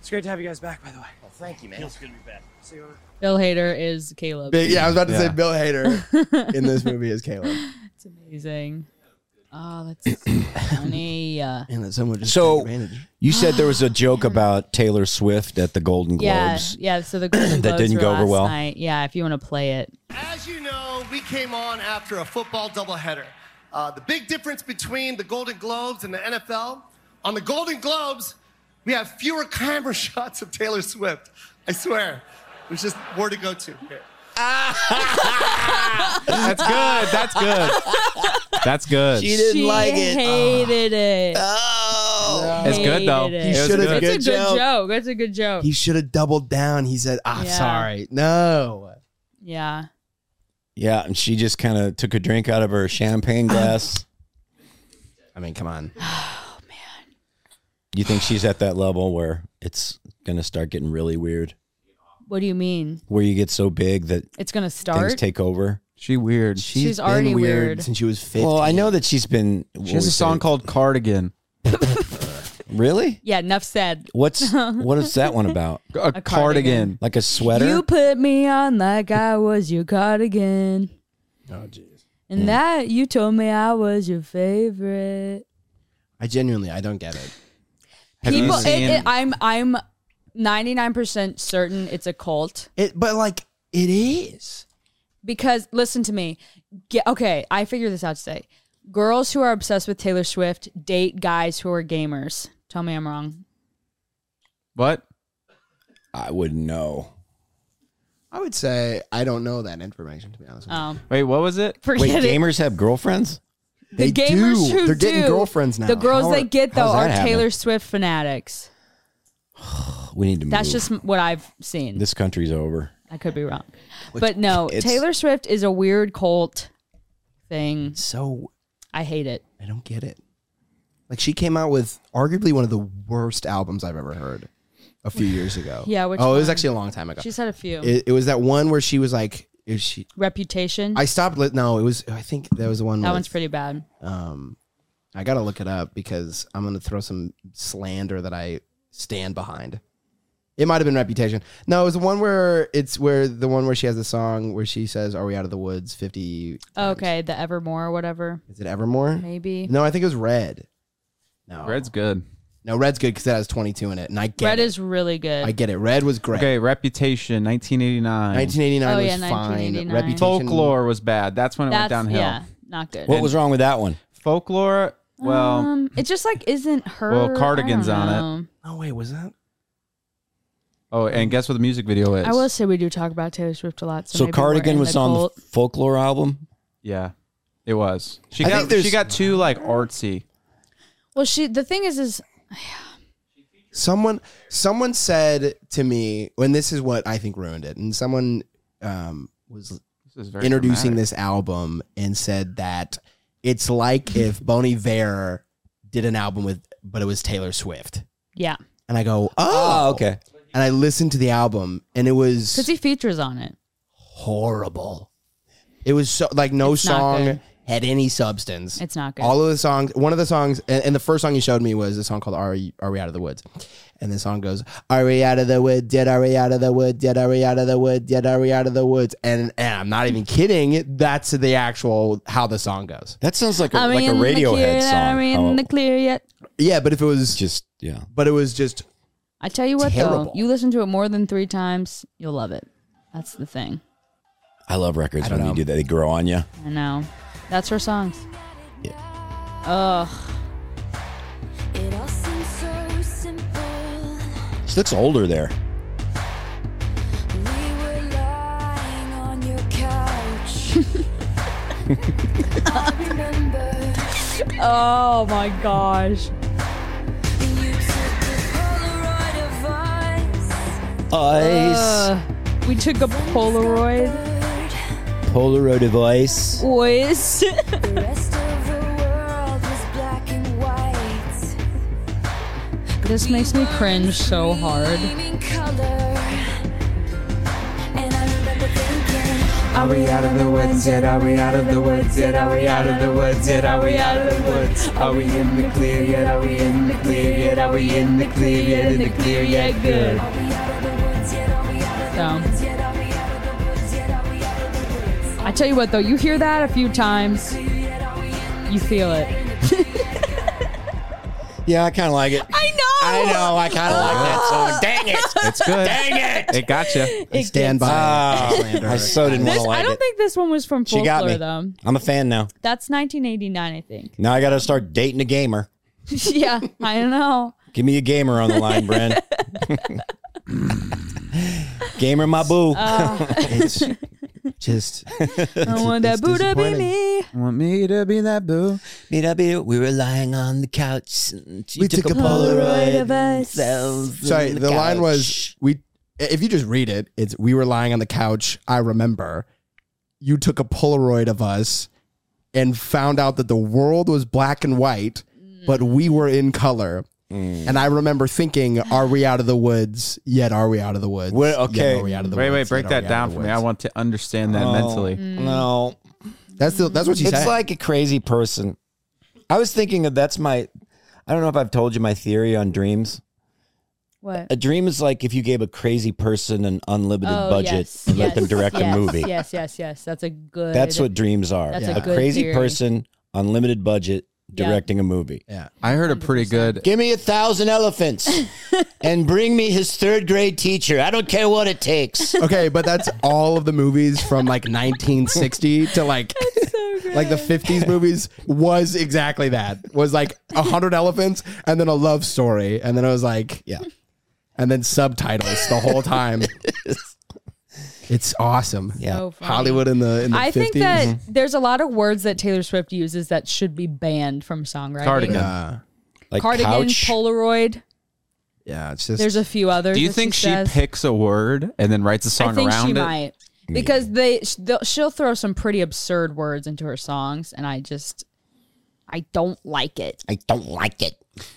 Speaker 9: It's great to have you guys back, by the way.
Speaker 10: Thank you, man. Feels good to be back.
Speaker 9: See you.
Speaker 4: Bill Hader is Caleb.
Speaker 1: Big, yeah, I was about to say
Speaker 3: Yeah.
Speaker 1: Bill Hader in this movie is Caleb.
Speaker 4: It's amazing. Oh, that's so funny. Uh,
Speaker 1: And that someone just
Speaker 2: So- took You said there was a joke about Taylor Swift at the Golden
Speaker 4: yeah,
Speaker 2: Globes.
Speaker 4: yeah. So the Golden
Speaker 2: That
Speaker 4: Globes
Speaker 2: didn't
Speaker 4: were
Speaker 2: go over
Speaker 4: last
Speaker 2: well.
Speaker 4: Night. Yeah, if you want to play it,
Speaker 11: As you know, we came on after a football doubleheader. Uh, the big difference between the Golden Globes and the NFL on the Golden Globes, we have fewer camera shots of Taylor Swift. I swear, there's just more to go to. Here.
Speaker 3: That's good. That's good. That's good.
Speaker 4: didn't she like it. Hated it.
Speaker 3: It's good though.
Speaker 4: hated it.
Speaker 3: It was
Speaker 1: Should've been-
Speaker 3: good.
Speaker 4: That's a
Speaker 1: Good
Speaker 4: good
Speaker 1: joke.
Speaker 4: joke. That's a good joke.
Speaker 1: He should have doubled down. He said, "I'm
Speaker 4: Yeah.
Speaker 1: sorry, no."
Speaker 4: yeah.
Speaker 2: Yeah, and she just kind of took a drink out of her champagne glass.
Speaker 1: I mean, come on.
Speaker 2: you think she's at that level where it's going to start getting really weird?
Speaker 4: What do you mean?
Speaker 2: Where you get so big that
Speaker 4: It's gonna
Speaker 2: things
Speaker 4: start.
Speaker 2: take over?
Speaker 3: She weird.
Speaker 4: She's
Speaker 1: been
Speaker 4: already weird.
Speaker 1: since she was 15.
Speaker 2: Well, I know that she's been.
Speaker 3: She has a song called Cardigan.
Speaker 2: Really?
Speaker 4: yeah. Enough said.
Speaker 2: What's what is that one about?
Speaker 3: A, cardigan.
Speaker 2: Like a sweater?
Speaker 4: You put me on like I was your cardigan. Oh, jeez. And that you told me I was your favorite.
Speaker 1: I genuinely, I don't get it.
Speaker 3: Have you
Speaker 4: People, it-
Speaker 3: seen-
Speaker 4: it- I'm I'm 99% certain it's a cult
Speaker 1: It, but like, it is.
Speaker 4: because listen to me. Ge- okay, I figured this out today. Girls who are obsessed with Taylor Swift date guys who are gamers. Tell me I'm wrong.
Speaker 3: what?
Speaker 2: I wouldn't know.
Speaker 1: I would say I don't know that information to be honest. With you.
Speaker 4: Oh,
Speaker 3: Wait, what was it?
Speaker 4: forget
Speaker 2: Wait,
Speaker 4: it.
Speaker 2: gamers have girlfriends?
Speaker 4: the gamers
Speaker 1: do.
Speaker 4: who
Speaker 1: They're getting
Speaker 4: do-
Speaker 1: girlfriends now.
Speaker 4: The girls
Speaker 2: How-
Speaker 4: they get though
Speaker 2: how's
Speaker 4: are
Speaker 2: that happen?
Speaker 4: Taylor Swift fanatics.
Speaker 2: We need to move.
Speaker 4: That's just m- what I've seen.
Speaker 2: this country's over.
Speaker 4: I could be wrong. but no,
Speaker 2: it's-
Speaker 4: Taylor Swift is a weird cult thing.
Speaker 1: so
Speaker 4: I hate it.
Speaker 1: I don't get it. Like she came out with arguably one of the worst albums I've ever heard a few years ago.
Speaker 4: Yeah, which
Speaker 1: oh, it was
Speaker 4: one?
Speaker 1: actually a long time ago.
Speaker 4: She's had a few.
Speaker 1: It, it was that one where she was like, is she?
Speaker 4: Reputation.
Speaker 1: I stopped. Li- no, it was. I think that was the one.
Speaker 4: that
Speaker 1: with-
Speaker 4: one's pretty bad.
Speaker 1: Um, I gotta look it up because I'm gonna throw some slander that I stand behind. It might have been Reputation. No, it was the one where it's where the one where she has the song where she says, "Are we out of the woods?" Fifty.
Speaker 4: Okay, the Evermore or whatever.
Speaker 1: Is it Evermore?
Speaker 4: Maybe.
Speaker 1: No, I think it was Red. No,
Speaker 3: Red's good.
Speaker 1: No, Red's good because it has 22 in it, and I get
Speaker 4: Red
Speaker 1: it.
Speaker 4: is really good.
Speaker 1: I get it. Red was great.
Speaker 3: Okay, Reputation, 1989.
Speaker 1: 1989
Speaker 4: Oh,
Speaker 1: was
Speaker 4: yeah,
Speaker 1: fine.
Speaker 4: 1989.
Speaker 1: Reputation.
Speaker 3: Folklore was bad. That's when it
Speaker 4: That's
Speaker 3: went downhill.
Speaker 4: yeah, not good.
Speaker 2: What was wrong with that one?
Speaker 3: Folklore. Well,
Speaker 4: um, it just like isn't her.
Speaker 3: well, cardigans on it.
Speaker 1: Oh wait, was that?
Speaker 3: oh, and guess what the music video is?
Speaker 4: I will say we do talk about Taylor Swift a lot. So,
Speaker 2: So
Speaker 4: maybe we're
Speaker 2: Cardigan
Speaker 4: in
Speaker 2: was
Speaker 4: the
Speaker 2: on
Speaker 4: cult.
Speaker 2: the folklore album.
Speaker 3: Yeah, it was. She
Speaker 2: I
Speaker 3: got
Speaker 2: think there's-
Speaker 3: she got too like artsy.
Speaker 4: Well, she. The thing is, is
Speaker 1: Someone someone said to me, and this is what I think ruined it. And someone um, was
Speaker 3: This is very
Speaker 1: introducing
Speaker 3: dramatic.
Speaker 1: this album and said that it's like if Boney Vare did an album with, but it was Taylor Swift.
Speaker 4: yeah,
Speaker 1: And I go, oh,
Speaker 2: okay.
Speaker 1: And I listened to the album, and it was
Speaker 4: because he features on it.
Speaker 1: horrible. It was so like no
Speaker 4: not
Speaker 1: song
Speaker 4: good.
Speaker 1: had any substance.
Speaker 4: It's not good.
Speaker 1: All of the songs, one of the songs, and, and the first song you showed me was a song called "Are You- Are We Out of the Woods," and the song goes, "Are we out of the wood? Dead? Are we out of the wood? Dead? Are we out of the wood? Dead? Are we out of the woods?" And, and I'm not even kidding. That's the actual how the song goes.
Speaker 2: That sounds like a,
Speaker 4: I
Speaker 2: like a
Speaker 4: mean, the
Speaker 2: Radiohead
Speaker 4: clear,
Speaker 2: song.
Speaker 4: I mean,
Speaker 2: Oh,
Speaker 4: the clear yet.
Speaker 1: Yeah, but if it was
Speaker 2: just yeah,
Speaker 1: but it was just
Speaker 4: I tell you what,
Speaker 1: Terrible.
Speaker 4: though, you listen to it more than three times, you'll love it. That's the thing.
Speaker 2: I love records
Speaker 1: I
Speaker 2: when
Speaker 1: don't
Speaker 2: you
Speaker 1: know.
Speaker 2: do that. They grow on you.
Speaker 4: I know. That's her songs.
Speaker 2: Yeah.
Speaker 4: Ugh.
Speaker 8: It all seems so simple.
Speaker 2: She looks older there.
Speaker 8: We were lying on your couch. I remember
Speaker 4: Oh my gosh.
Speaker 8: you took a Polaroid of us.
Speaker 2: Ice.
Speaker 4: Ugh. we took a Polaroid.
Speaker 2: Polaroid device.
Speaker 4: Boys.
Speaker 8: The rest of the world was black and white.
Speaker 4: this makes me cringe so hard.
Speaker 8: Gleaming color. And I remember thinking,
Speaker 7: Are we out of the woods yet? Are we out of the woods yet? Are we out of the woods yet? Are we out of the woods? Are we in the clear yet? Are we in the clear yet? Are we in the clear yet? In the clear yet? Good.
Speaker 4: So. I tell you what, though, you hear that a few times, you feel it.
Speaker 2: Yeah, I kind of like it.
Speaker 4: I know.
Speaker 2: I know. I kind of like that song. Dang it!
Speaker 3: It's good.
Speaker 2: Dang it!
Speaker 3: It got you.
Speaker 1: I stand by.
Speaker 2: Ah,
Speaker 1: slander.
Speaker 2: I so didn't want
Speaker 4: This,
Speaker 2: to like
Speaker 4: I don't
Speaker 2: it.
Speaker 4: think this one was from
Speaker 2: she got me.
Speaker 4: Folklore, though.
Speaker 2: I'm a fan now.
Speaker 4: That's 1989, I think.
Speaker 2: Now I got to start dating a gamer.
Speaker 4: yeah, I know.
Speaker 2: Give me a gamer on the line, Bren. gamer, my boo.
Speaker 4: Uh,
Speaker 1: It's just
Speaker 4: I want that
Speaker 1: it's
Speaker 4: boo to be
Speaker 1: disappointing.
Speaker 4: me.
Speaker 3: Want me to be that boo?
Speaker 2: Meet up here. We were lying on the couch. and she
Speaker 1: We took a
Speaker 4: Polaroid of us.
Speaker 2: ourselves
Speaker 1: Sorry,
Speaker 2: on
Speaker 1: the, line was
Speaker 2: couch.
Speaker 1: we. If you just read it, it's we were lying on the couch. I remember you took a Polaroid of us and found out that the world was black and white, but we were in color. And I remember thinking, "Are we out of the woods? Yet are we out of the woods?
Speaker 2: Well,
Speaker 1: Yet
Speaker 2: okay.
Speaker 1: are we out of the
Speaker 3: Wait, wait,
Speaker 1: woods?
Speaker 3: break
Speaker 1: Yet are
Speaker 3: that
Speaker 1: we out
Speaker 3: down
Speaker 1: of
Speaker 3: for
Speaker 1: the
Speaker 3: me. I
Speaker 1: woods?"
Speaker 3: want to understand that
Speaker 2: No,
Speaker 3: mentally.
Speaker 4: Mm.
Speaker 2: No.
Speaker 1: That's the, that's what she
Speaker 2: it's
Speaker 1: said.
Speaker 2: like a crazy person. I was thinking of that's my. I don't know if I've told you my theory on dreams.
Speaker 4: What?
Speaker 2: A dream is like if you gave a crazy person an unlimited budget
Speaker 4: Oh, yes,
Speaker 2: and let them
Speaker 4: yes,
Speaker 2: direct
Speaker 4: yes,
Speaker 2: a movie.
Speaker 4: Yes, yes, yes. That's a good.
Speaker 2: That's what dreams are.
Speaker 4: That's
Speaker 1: a
Speaker 2: a
Speaker 4: good
Speaker 2: crazy
Speaker 4: theory.
Speaker 2: person, unlimited budget,
Speaker 4: Yeah.
Speaker 2: directing a movie.
Speaker 1: yeah,
Speaker 3: I heard a pretty good.
Speaker 2: Give me a thousand elephants and bring me his third grade teacher. I don't care what it takes.
Speaker 1: okay, but that's all of the movies from like 1960 to like like the 50s movies was exactly that. Was like a hundred elephants and then a love story and then it was like
Speaker 2: Yeah.
Speaker 1: and then subtitles the whole time. it's awesome.
Speaker 2: Yeah.
Speaker 4: So funny.
Speaker 1: Hollywood in the in the
Speaker 4: I
Speaker 1: 50s.
Speaker 4: think that
Speaker 3: Mm-hmm.
Speaker 4: there's a lot of words that Taylor Swift uses that should be banned from songwriting.
Speaker 3: Cardigan.
Speaker 1: yeah,
Speaker 2: Like
Speaker 4: Cardigan,
Speaker 2: couch.
Speaker 4: Polaroid.
Speaker 1: yeah, it's just
Speaker 4: There's a few others.
Speaker 3: Do you
Speaker 4: that
Speaker 3: think she
Speaker 4: says.
Speaker 3: picks a word and then writes a
Speaker 4: I
Speaker 3: song
Speaker 4: think
Speaker 3: around
Speaker 4: she
Speaker 3: it?
Speaker 4: might because they sh- they'll- she'll throw some pretty absurd words into her songs, and I just I don't like it,
Speaker 12: I don't like it,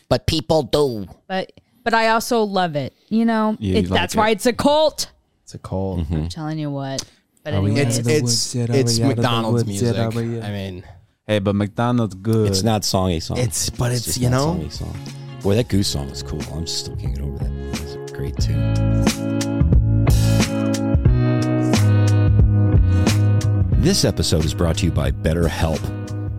Speaker 12: but people do.
Speaker 4: but but I also love it. You know,
Speaker 12: Yeah, you
Speaker 4: it,
Speaker 12: like
Speaker 4: that's
Speaker 12: it. Mm.
Speaker 4: why it's a cult.
Speaker 1: It's a cold.
Speaker 4: I'm telling you what. But
Speaker 12: Oh,
Speaker 1: Are we
Speaker 4: anyway,
Speaker 1: It's-
Speaker 3: Out of the
Speaker 1: it's-
Speaker 3: woods, out of
Speaker 1: it's
Speaker 3: the- out of the
Speaker 1: McDonald's
Speaker 3: woods,
Speaker 1: music.
Speaker 3: out of the-
Speaker 1: I mean,
Speaker 3: hey, but McDonald's good.
Speaker 2: It's not songy song.
Speaker 1: It's- but it's,
Speaker 2: just
Speaker 1: you
Speaker 2: not
Speaker 1: know?
Speaker 2: songy song. Boy, that Goose song is cool. I'm still can't get over that. It's a great tune. This episode is brought to you by BetterHelp.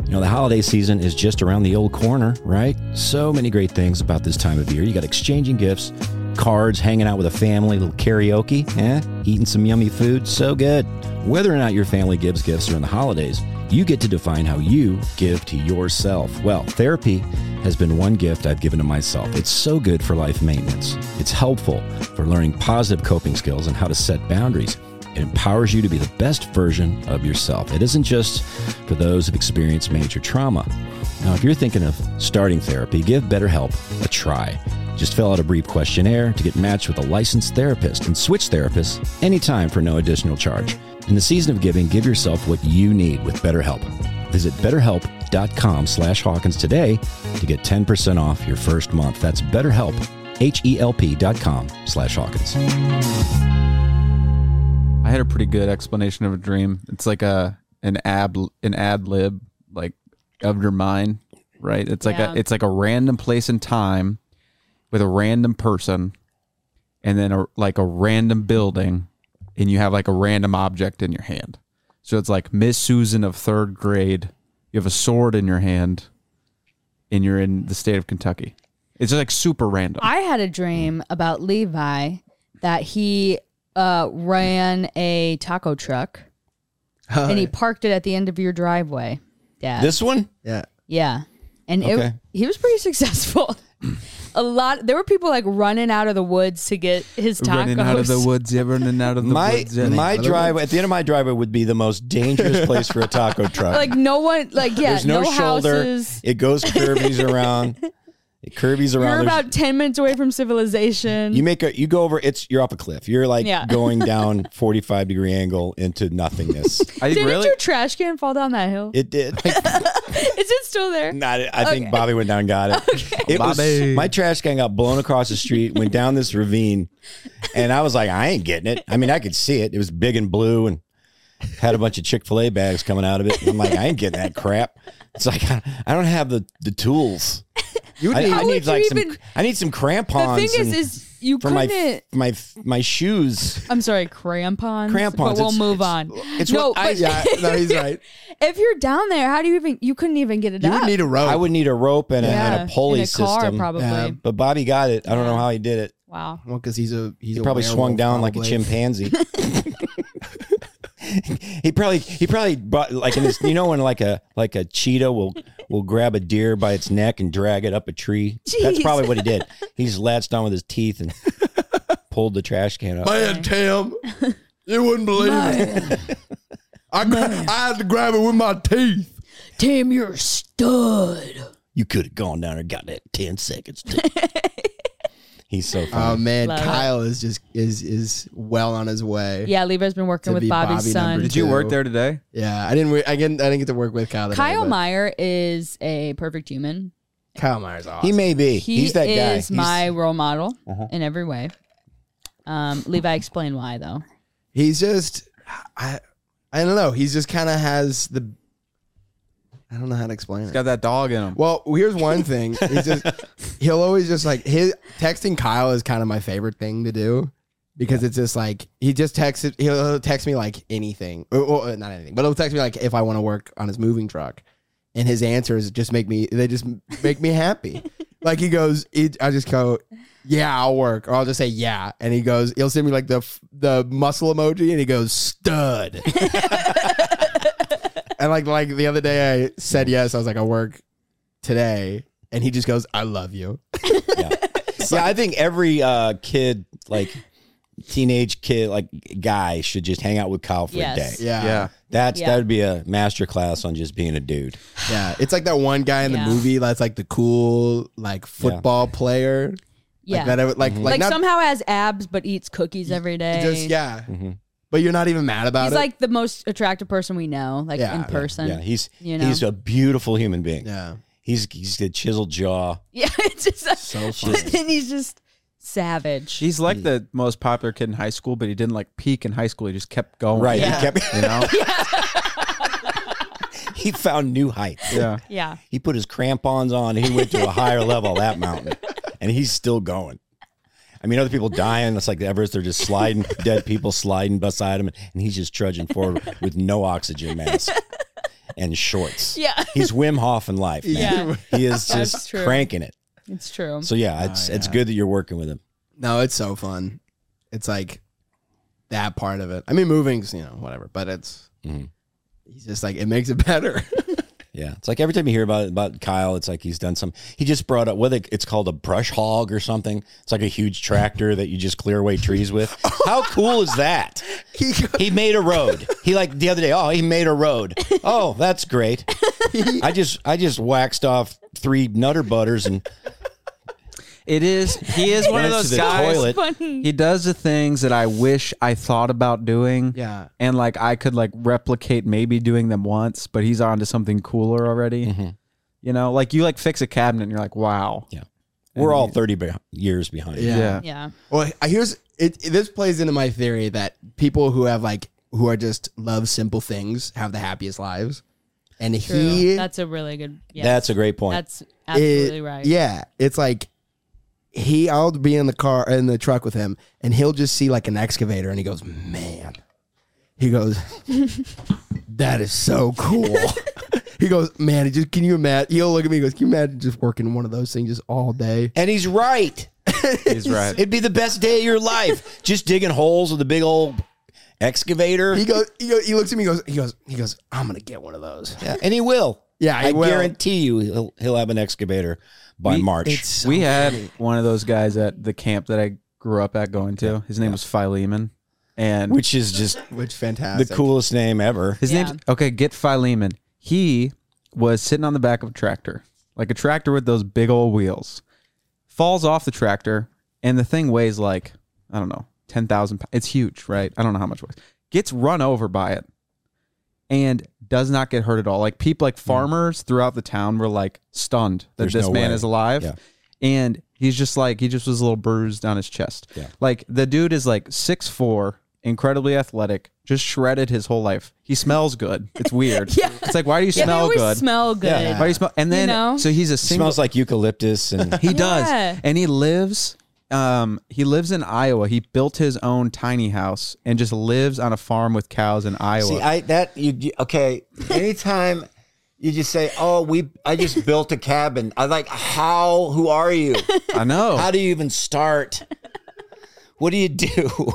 Speaker 2: You know, the holiday season is just around the old corner, right? So many great things about this time of year. You got exchanging gifts, cards, hanging out with a family, little karaoke, eh? Eating some yummy food. So good. Whether or not your family gives gifts during the holidays, you get to define how you give to yourself. Well, therapy has been one gift I've given to myself. It's so good for life maintenance. It's helpful for learning positive coping skills and how to set boundaries. It empowers you to be the best version of yourself. It isn't just for those who've experienced major trauma. Now, if you're thinking of starting therapy, give BetterHelp a try. Just fill out a brief questionnaire to get matched with a licensed therapist and switch therapists anytime for no additional charge. In the season of giving, give yourself what you need with BetterHelp. Visit betterhelp.com slash Hawkins today to get 10% off your first month. That's betterhelp, H-E-L-P dot com slash Hawkins.
Speaker 3: I had a pretty good explanation of a dream. It's like a an ab an ad lib like of your mind, right? It's like
Speaker 4: Yeah.
Speaker 3: a it's like a random place and time with a random person, and then a, like a random building, and you have like a random object in your hand. So it's like Miss Susan of third grade. You have a sword in your hand, and you're in the state of Kentucky. It's like super random.
Speaker 4: I had a dream about Levi that he uh, ran a taco truck and he parked it at the end of your driveway. Dad.
Speaker 2: This one?
Speaker 1: Yeah.
Speaker 4: Yeah. And it-
Speaker 2: Okay.
Speaker 4: he was pretty successful. a lot there were people like running out of the woods to get his tacos.
Speaker 3: Running out of the woods, yeah, running out of the
Speaker 2: my
Speaker 3: woods. yeah.
Speaker 2: my driveway at the end of my driveway would be the most dangerous place for a taco truck.
Speaker 4: like no one like yeah,
Speaker 2: There's no, shoulder.
Speaker 4: houses.
Speaker 2: It goes curvies around. It curvies
Speaker 4: You're
Speaker 2: around. There's-
Speaker 4: about ten minutes away from civilization.
Speaker 2: you make a you go over. It's you're up a cliff. You're like
Speaker 4: Yeah.
Speaker 2: going down 45 degree angle into nothingness. I
Speaker 4: Didn't your trash can fall down that hill?
Speaker 2: It did.
Speaker 4: Is it still there?
Speaker 2: Not. I think
Speaker 4: Okay.
Speaker 2: Bobby went down and got it. It
Speaker 3: Bobby.
Speaker 2: was my trash can got blown across the street, went down this ravine, and I was like, I ain't getting it. I mean, I could see it. It was big and blue and had a bunch of Chick fil A bags coming out of it. And I'm like, I ain't getting that crap. It's like I I don't have the the tools.
Speaker 1: You
Speaker 2: I,
Speaker 4: need-
Speaker 2: I
Speaker 4: How
Speaker 2: need
Speaker 4: would you
Speaker 2: like some.
Speaker 4: even-
Speaker 2: I need some
Speaker 4: The
Speaker 2: crampons.
Speaker 4: thing is
Speaker 2: and-
Speaker 4: is you
Speaker 2: for my
Speaker 4: couldn't
Speaker 2: my my shoes.
Speaker 4: I'm sorry, crampons.
Speaker 2: Crampons,
Speaker 4: But we'll
Speaker 2: it's-
Speaker 4: move
Speaker 2: it's-
Speaker 4: on.
Speaker 2: it's
Speaker 4: no,
Speaker 2: what I-
Speaker 4: but
Speaker 2: yeah, no, he's right.
Speaker 4: If you're down there, how do you even? You couldn't even get it up.
Speaker 2: a rope.
Speaker 1: Oh.
Speaker 2: I would need a rope and, a,
Speaker 4: Yeah,
Speaker 2: and a pulley
Speaker 4: and a car,
Speaker 2: system.
Speaker 4: probably. Yeah.
Speaker 2: But Bobby got it. I don't know how he did it.
Speaker 4: Wow.
Speaker 1: Well, because he's a he's
Speaker 2: He
Speaker 1: a
Speaker 2: probably swung
Speaker 1: werewolf,
Speaker 2: down like a
Speaker 1: probably.
Speaker 2: chimpanzee. he probably he probably brought like in his, you know when like a like a cheetah will will grab a deer by its neck and drag it up a tree. That's
Speaker 5: Jeez.
Speaker 2: probably what he did. He just latched on with his teeth and pulled the trash can up.
Speaker 1: Man, Tim, you wouldn't believe it. I, gra- I had to grab it with my teeth.
Speaker 4: Tim, you're a stud.
Speaker 2: You could have gone down and got that ten seconds. too. He's so funny.
Speaker 1: Oh man,
Speaker 4: Love it.
Speaker 1: Kyle is just is is well on his way.
Speaker 4: Yeah, Levi's been working
Speaker 1: to
Speaker 4: with
Speaker 1: be
Speaker 4: Bobby's
Speaker 1: Bobby
Speaker 4: son.
Speaker 1: number two.
Speaker 3: today?
Speaker 1: Yeah, I didn't. re- I didn't. I didn't get to work with Kyle. Today,
Speaker 4: Kyle
Speaker 1: but
Speaker 4: Meyer is a perfect human.
Speaker 1: Kyle Myers. Awesome.
Speaker 2: He may be.
Speaker 4: He
Speaker 2: He's that guy.
Speaker 4: is
Speaker 2: He's-
Speaker 4: my role model
Speaker 2: Uh-huh.
Speaker 4: in every way. Um, Levi, explain why though.
Speaker 1: He's just. I. I don't know. He's just kind of has the. I don't know how to explain it.
Speaker 3: He's got that dog in him.
Speaker 1: Well, here's one thing. He's just he'll always just like his texting Kyle is kind of my favorite thing to do because it's just like he just texts it- he'll, he'll text me like anything or, or, uh, not anything, but he'll text me like if I want to work on his moving truck, and his answers just make me they just make me happy. like he goes, it, I just go, yeah, I'll work, or I'll just say yeah, and he goes, he'll send me like the f- the muscle emoji, and he goes stud. And like like the other day, I said yes. I was like, I work today, and he just goes, "I love you."
Speaker 2: yeah, I think every uh, kid, like teenage kid, like guy, should just hang out with Kyle for
Speaker 1: Yes.
Speaker 2: a day.
Speaker 1: Yeah. Yeah.
Speaker 2: that's
Speaker 1: Yeah.
Speaker 2: that would be a master class on just being a dude.
Speaker 1: Yeah, it's like that one guy in
Speaker 4: Yeah.
Speaker 1: the movie that's like the cool like football player.
Speaker 4: Yeah,
Speaker 1: like that. Like like,
Speaker 4: like,
Speaker 1: not
Speaker 4: somehow has abs but eats cookies every day.
Speaker 1: just yeah. but you're not even mad about
Speaker 4: he's
Speaker 1: it.
Speaker 4: like the most attractive person we know, like in person.
Speaker 2: Yeah, he's
Speaker 4: you know?
Speaker 2: he's a beautiful human being.
Speaker 1: Yeah,
Speaker 2: he's he's got a chiseled jaw.
Speaker 4: yeah. It's just
Speaker 2: So funny.
Speaker 4: but then he's just savage.
Speaker 3: He's like the most popular kid in high school, but he didn't like peak in high school. He just kept going.
Speaker 2: Right, he
Speaker 3: He
Speaker 2: Yeah. kept-
Speaker 3: you know.
Speaker 2: He found new heights.
Speaker 3: Yeah.
Speaker 4: Yeah.
Speaker 2: He put his crampons on. and He went to a higher level of that mountain, and he's still going. I mean, other people dying. It's like the Everest. They're just sliding, dead people sliding beside him, and he's just trudging forward with no oxygen mask and shorts.
Speaker 4: Yeah.
Speaker 2: he's Wim Hof in life. Man. he is
Speaker 4: That's
Speaker 2: just
Speaker 4: true. Ah,
Speaker 2: cranking it.
Speaker 4: It's true.
Speaker 2: So yeah, it's it's good that you're working with him.
Speaker 1: No, it's so fun. It's like that part of it. I mean, moving's you know whatever, but it's he's just like it makes it better.
Speaker 2: Yeah, it's like every time you hear about about Kyle, it's like he's done some. He just brought up whether it's called a brush hog or something. It's like a huge tractor that you just clear away trees with. How cool is that? he, made a road. He like the other day. Oh, he made a road. Oh, that's great. I just I just waxed off three nutter butters and
Speaker 3: It is. He is one
Speaker 2: Went to
Speaker 3: of those
Speaker 2: the
Speaker 3: guys.
Speaker 2: toilet.
Speaker 3: He does the things that I wish I thought about doing.
Speaker 1: Yeah.
Speaker 3: And like I could like replicate maybe doing them once, but he's on to something cooler already.
Speaker 2: Mm-hmm.
Speaker 3: You know, like you like fix a cabinet and you're like, wow.
Speaker 2: Yeah. we're all thirty be- years behind.
Speaker 1: Yeah.
Speaker 4: Yeah.
Speaker 1: Well, I- here's it, it- This plays into my theory that people who have like who are just love simple things have the happiest lives, and
Speaker 4: True.
Speaker 1: he
Speaker 4: That's a really good. Yes.
Speaker 2: That's a great point.
Speaker 4: That's absolutely
Speaker 1: it-
Speaker 4: right.
Speaker 1: Yeah, it's like he. I'll be in the car in the truck with him, and he'll just see like an excavator, and he goes, "Man," he goes, "That is so cool." he goes, "Man, it just can you imagine?" He'll look at me, and goes, "Can you imagine just working one of those things just all day?"
Speaker 2: And he's right.
Speaker 3: He's right.
Speaker 2: It'd be the best day of your life. Just digging holes with a big old excavator.
Speaker 1: He goes. He, goes, he looks at me. He goes. He goes. He goes. I'm gonna get one of those.
Speaker 2: Yeah, and he will.
Speaker 1: Yeah, he
Speaker 2: I
Speaker 1: will.
Speaker 2: guarantee you he'll, he'll have an excavator by
Speaker 3: We-
Speaker 2: March.
Speaker 3: we had one of those guys at the camp that I grew up at going to. His name was Philemon, and
Speaker 2: which is just
Speaker 1: Which
Speaker 2: the
Speaker 1: fantastic.
Speaker 2: coolest name ever.
Speaker 3: His name's okay. Get Philemon. He was sitting on the back of a tractor, like a tractor with those big old wheels. Falls off the tractor, and the thing weighs like I don't know, ten thousand. It's huge, right? I don't know how much it weighs. Gets run over by it, and does not get hurt at all. Like people, like farmers throughout the town were like stunned
Speaker 2: Hmm.
Speaker 3: that
Speaker 2: There's
Speaker 3: this
Speaker 2: no
Speaker 3: man
Speaker 2: way.
Speaker 3: is alive.
Speaker 2: Yeah.
Speaker 3: And he's just like he just was a little bruised on his chest.
Speaker 2: Yeah.
Speaker 3: Like the dude is like six four, incredibly athletic, just shredded his whole life. He smells good. It's weird. yeah. It's like why do you
Speaker 4: Yeah, they
Speaker 3: smell
Speaker 4: always
Speaker 3: good?
Speaker 4: smell good.
Speaker 3: Yeah. Why do you smell? And
Speaker 4: You
Speaker 3: then
Speaker 4: know?
Speaker 3: so he's a
Speaker 2: It
Speaker 3: single.
Speaker 2: smells like eucalyptus and
Speaker 3: He does.
Speaker 4: Yeah.
Speaker 3: And he lives um he lives in Iowa. He built his own tiny house and just lives on a farm with cows in Iowa.
Speaker 2: See, I that you, you- okay? Anytime you just say, "Oh, we," I just built a cabin. I like how? Who are you?
Speaker 3: I know.
Speaker 2: How do you even start? What do you do?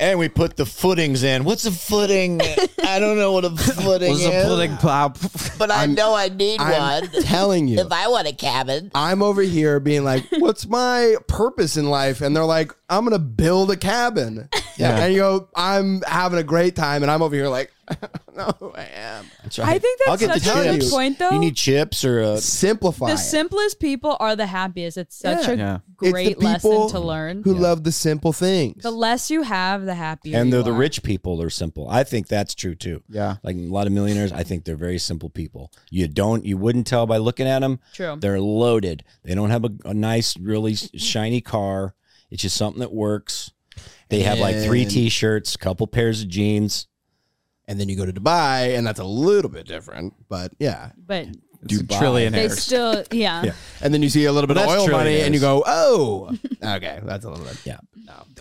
Speaker 2: And we put the footings in. What's a footing? I don't know what a footing
Speaker 3: was a
Speaker 2: is,
Speaker 3: pudding pop.
Speaker 12: But I know I need
Speaker 1: I'm
Speaker 12: one.
Speaker 1: telling you.
Speaker 12: If I want a cabin,
Speaker 1: I'm over here being like, "What's my purpose in life?" And they're like, "I'm gonna build a cabin."
Speaker 2: Yeah.
Speaker 1: And you go, "I'm having a great time," and I'm over here like, "I don't know who I am."
Speaker 2: That's
Speaker 4: I think that's
Speaker 2: the
Speaker 4: such a good
Speaker 2: chips.
Speaker 4: point, though.
Speaker 2: You need chips or a
Speaker 1: Simplify.
Speaker 4: The
Speaker 1: it.
Speaker 4: simplest people are the happiest. It's such
Speaker 1: Yeah.
Speaker 4: a
Speaker 3: Yeah.
Speaker 1: It's the
Speaker 4: great lesson
Speaker 1: people
Speaker 4: to learn.
Speaker 1: Who love the simple things?
Speaker 4: The less you have, the happier.
Speaker 2: and
Speaker 4: you
Speaker 2: they're the
Speaker 4: are.
Speaker 2: rich people are simple. I think that's true too.
Speaker 3: Yeah.
Speaker 2: Like a lot of millionaires, I think they're very simple people. You don't, you wouldn't tell by looking at them.
Speaker 4: True.
Speaker 2: Um, They're loaded. They don't have a, a nice, really s- shiny car. It's just something that works. They have like three
Speaker 1: And-
Speaker 2: t-shirts, a couple pairs of jeans.
Speaker 1: And then you go to Dubai, and that's a little bit different, but yeah.
Speaker 4: But
Speaker 1: Dubai.
Speaker 4: they
Speaker 3: trillionaires.
Speaker 4: still, yeah.
Speaker 1: And then you see a little bit
Speaker 2: Well,
Speaker 1: of
Speaker 2: that's
Speaker 1: oil money,
Speaker 2: trillionaires.
Speaker 1: and you go, "Oh, okay, that's a little bit."
Speaker 2: Yeah.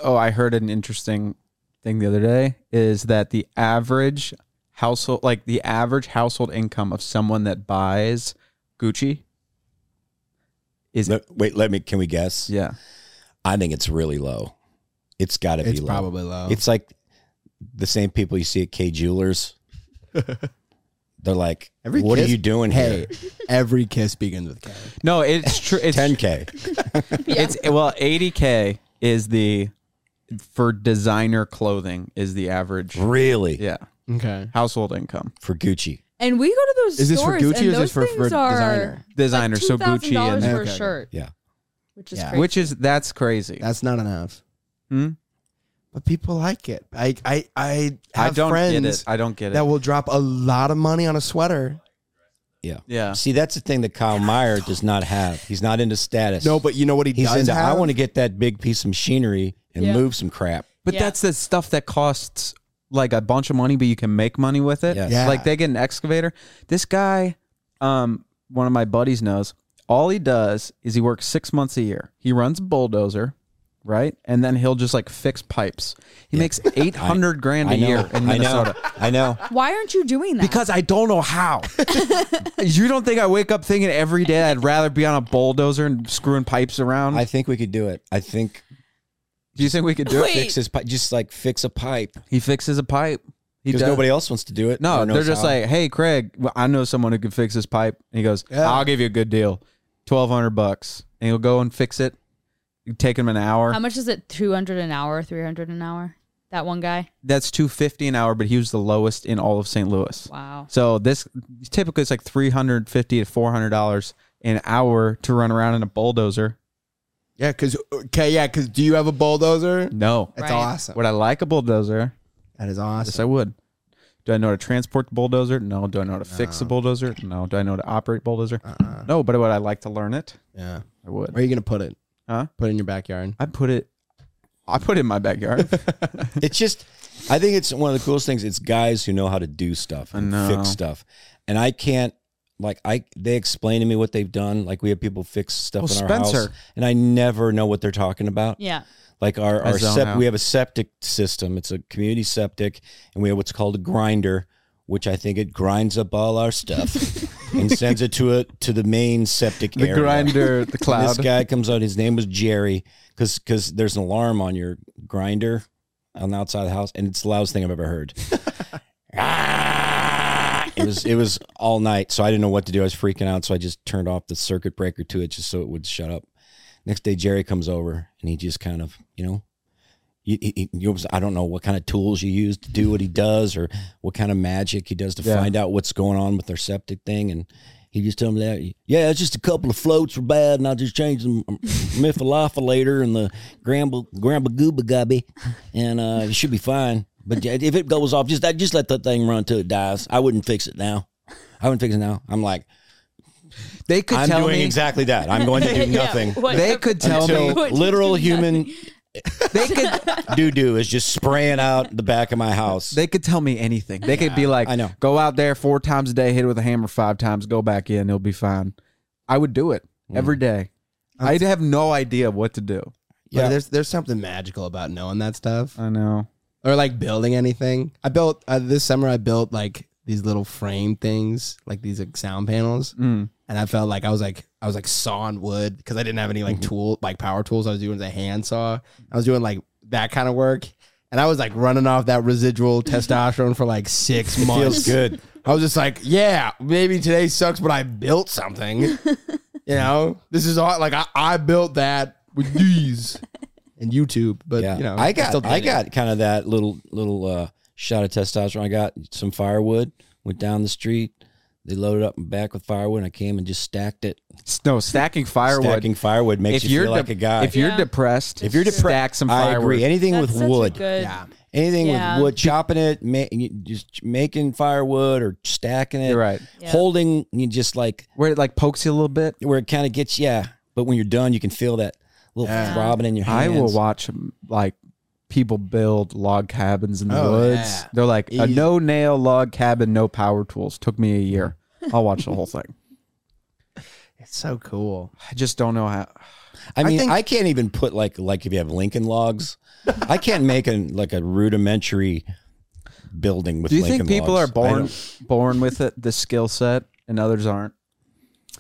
Speaker 3: oh, I heard an interesting thing the other day is that the average household, like the average household income of someone that buys Gucci, Is-
Speaker 2: Le- wait, let me, can we guess?
Speaker 3: yeah,
Speaker 2: I think it's really low. It's got to be
Speaker 1: It's
Speaker 2: low.
Speaker 1: probably low.
Speaker 2: It's like the same people you see at K Jewelers. They're like,
Speaker 1: Every
Speaker 2: what
Speaker 1: kiss-
Speaker 2: are you doing
Speaker 1: Hey,
Speaker 2: here?
Speaker 1: every kiss begins with K.
Speaker 3: no, it's true. It's
Speaker 2: 10K.
Speaker 3: It's well, eighty k is the for designer clothing is the average.
Speaker 2: Really?
Speaker 3: Yeah,
Speaker 1: Okay.
Speaker 3: household income
Speaker 2: For Gucci.
Speaker 4: And we go to those
Speaker 1: Is this for
Speaker 4: stores,
Speaker 1: Gucci or
Speaker 4: and
Speaker 1: is
Speaker 4: those
Speaker 1: this for- for
Speaker 4: things are
Speaker 1: designer?
Speaker 3: designer.
Speaker 4: Like
Speaker 3: so Gucci
Speaker 4: $2,000
Speaker 3: and
Speaker 4: for
Speaker 1: Okay,
Speaker 4: a
Speaker 1: okay.
Speaker 4: shirt,
Speaker 2: Yeah.
Speaker 4: which is
Speaker 1: Yeah.
Speaker 4: crazy.
Speaker 3: which is that's crazy.
Speaker 1: That's not enough.
Speaker 3: Hmm?
Speaker 1: but people like it. I I I
Speaker 3: I
Speaker 1: have
Speaker 3: don't get
Speaker 1: friends.
Speaker 3: it. I don't get it.
Speaker 1: That will drop a lot of money on a sweater.
Speaker 2: Yeah.
Speaker 3: Yeah.
Speaker 2: See, that's the thing that Kyle Meyer does not have. He's not into status.
Speaker 1: No, but you know what he
Speaker 2: He's
Speaker 1: does
Speaker 2: into, I
Speaker 1: have?
Speaker 2: want to get that big piece of machinery and
Speaker 3: Yeah.
Speaker 2: move some crap.
Speaker 3: But that's the stuff that costs like a bunch of money, but you can make money with it.
Speaker 2: Yes. Yeah.
Speaker 3: Like they get an excavator. This guy, um, one of my buddies knows, all he does is he works six months a year. He runs a bulldozer, right? And then he'll just like fix pipes. He makes 800 grand a
Speaker 2: I know.
Speaker 3: year in
Speaker 2: I know.
Speaker 3: Minnesota.
Speaker 2: I know.
Speaker 4: Why aren't you doing that?
Speaker 3: Because I don't know how. you don't think I wake up thinking every day I'd rather be on a bulldozer and screwing pipes around? I
Speaker 2: think we could do it. I think.
Speaker 3: Do you think we could do it?
Speaker 2: Fix his pipe. Just like fix a pipe.
Speaker 3: He fixes a pipe. He
Speaker 2: Because
Speaker 3: does.
Speaker 2: nobody else wants to do it.
Speaker 3: No,
Speaker 2: or knows
Speaker 3: they're just
Speaker 2: how.
Speaker 3: like, "Hey, Craig, well, I know someone who can fix this pipe." And he goes, "I'll give you a good deal, twelve hundred bucks." And he'll go and fix it. It'd Take him an hour.
Speaker 4: How much is it? Two hundred an hour, three hundred an hour? That one guy.
Speaker 3: That's two fifty an hour, but he was the lowest in all of St. Louis.
Speaker 4: Wow.
Speaker 3: So this typically it's like three hundred fifty to four hundred dollars an hour to run around in a bulldozer.
Speaker 1: Yeah, because okay, yeah, because do you have a bulldozer?
Speaker 3: No,
Speaker 1: That's Right. awesome.
Speaker 3: Would I like a bulldozer?
Speaker 1: That is awesome.
Speaker 3: Yes, I would. Do I know how to transport the bulldozer? No. Do I know how to fix the bulldozer? No. Do I know how to operate bulldozer? No. But would I like to learn it?
Speaker 1: Yeah,
Speaker 3: I would.
Speaker 1: Where are you gonna put it?
Speaker 3: Huh?
Speaker 1: Put it in your backyard.
Speaker 3: I put it. I put it in my backyard.
Speaker 2: it's just I think it's one of the coolest things. It's guys who know how to do stuff and
Speaker 3: know.
Speaker 2: fix stuff. And I can't like I they explain to me what they've done. Like we have people fix stuff
Speaker 3: Well,
Speaker 2: in our house
Speaker 3: Spencer-
Speaker 2: and I never know what they're talking about.
Speaker 4: Yeah.
Speaker 2: Like our,
Speaker 3: I
Speaker 2: our
Speaker 3: zone
Speaker 2: sep-
Speaker 3: out.
Speaker 2: we have a septic system. It's a community septic and we have what's called a grinder, which I think it grinds up all our stuff and sends it to a to the main septic
Speaker 3: The
Speaker 2: area.
Speaker 3: grinder, the
Speaker 2: And This
Speaker 3: cloud.
Speaker 2: guy comes out, his name was Jerry, because because there's an alarm on your grinder on the outside of the house, and it's the loudest thing I've ever heard. Ah! it was it was all night, so I didn't know what to do. I was freaking out, so I just turned off the circuit breaker to it just so it would shut up. Next day, Jerry comes over, and he just kind of you know. He, he, he- he was- I don't know what kind of tools you use to do what he does, or what kind of magic he does to
Speaker 3: Yeah.
Speaker 2: find out what's going on with their septic thing. And he just told me that, yeah, it's just a couple of floats were bad, and I just changed them um, methylopholator and the gramba gramba gooba gubby, and uh, it should be fine. But yeah, if it goes off, just I just let that thing run till it dies. I wouldn't fix it now. I wouldn't fix it now. I'm like,
Speaker 3: they could
Speaker 2: I'm
Speaker 3: tell
Speaker 2: doing
Speaker 3: me-
Speaker 2: exactly that. I'm going to do
Speaker 3: Yeah,
Speaker 2: nothing.
Speaker 3: what- They could tell
Speaker 2: Until
Speaker 3: me- What-
Speaker 2: literal human
Speaker 3: they could
Speaker 2: doo doo is just spraying out the back of my house.
Speaker 3: They could tell me anything. They could be like, I know. Go out there four times a day, hit it with a hammer five times, go back in, it'll be fine. I would do it
Speaker 2: Mm.
Speaker 3: every day. I'd have no idea what to do.
Speaker 1: Yeah, there's there's something magical about knowing that stuff.
Speaker 3: I know.
Speaker 1: Or like building anything. I built uh, this summer. I built like these little frame things, like these like sound panels,
Speaker 3: Mm.
Speaker 1: and I felt like I was like I was like sawing wood because I didn't have any like
Speaker 2: Mm-hmm.
Speaker 1: tool like power tools. I was doing the hand saw. I was doing like that kind of work, and I was like running off that residual testosterone for like six
Speaker 2: It
Speaker 1: months.
Speaker 2: feels good.
Speaker 1: I was just like, yeah, maybe today sucks, but I built something. you know, this is all like I, I built that with these and YouTube, but
Speaker 2: Yeah.
Speaker 1: you know,
Speaker 2: I got
Speaker 1: still
Speaker 2: I
Speaker 1: did it.
Speaker 2: got kind of that little little uh, shot of testosterone. I got some firewood, went down the street. They loaded up and back with firewood. And I came and just stacked it.
Speaker 3: No, stacking firewood.
Speaker 2: Stacking firewood makes you
Speaker 3: are
Speaker 2: feel like a guy.
Speaker 3: If you're depressed,
Speaker 2: if you're depressed,
Speaker 3: stack some firewood.
Speaker 2: I agree. Anything with wood,
Speaker 1: Yeah.
Speaker 2: anything
Speaker 3: Yeah.
Speaker 2: with wood, chopping it, ma- you- just making firewood or stacking it,
Speaker 3: You're right.
Speaker 4: Yeah.
Speaker 2: Holding, you just like
Speaker 3: where it like pokes you a little bit,
Speaker 2: where it kind of gets, yeah. But when you're done, you can feel that little throbbing in your hands.
Speaker 3: I will watch um, like people build log cabins in the
Speaker 2: Oh,
Speaker 3: woods.
Speaker 2: yeah.
Speaker 3: They're like a
Speaker 2: Easy.
Speaker 3: no nail log cabin, no power tools. Took me a year. I'll watch the whole thing.
Speaker 1: It's so cool.
Speaker 3: I just don't know how.
Speaker 2: I mean, I,
Speaker 3: think-
Speaker 2: can't even put like like if you have Lincoln logs, I can't make an like a rudimentary building with.
Speaker 3: Do you
Speaker 2: Lincoln
Speaker 3: think people
Speaker 2: logs.
Speaker 3: are
Speaker 2: I
Speaker 3: born
Speaker 2: don't-
Speaker 3: born with it, the skill set, and others aren't?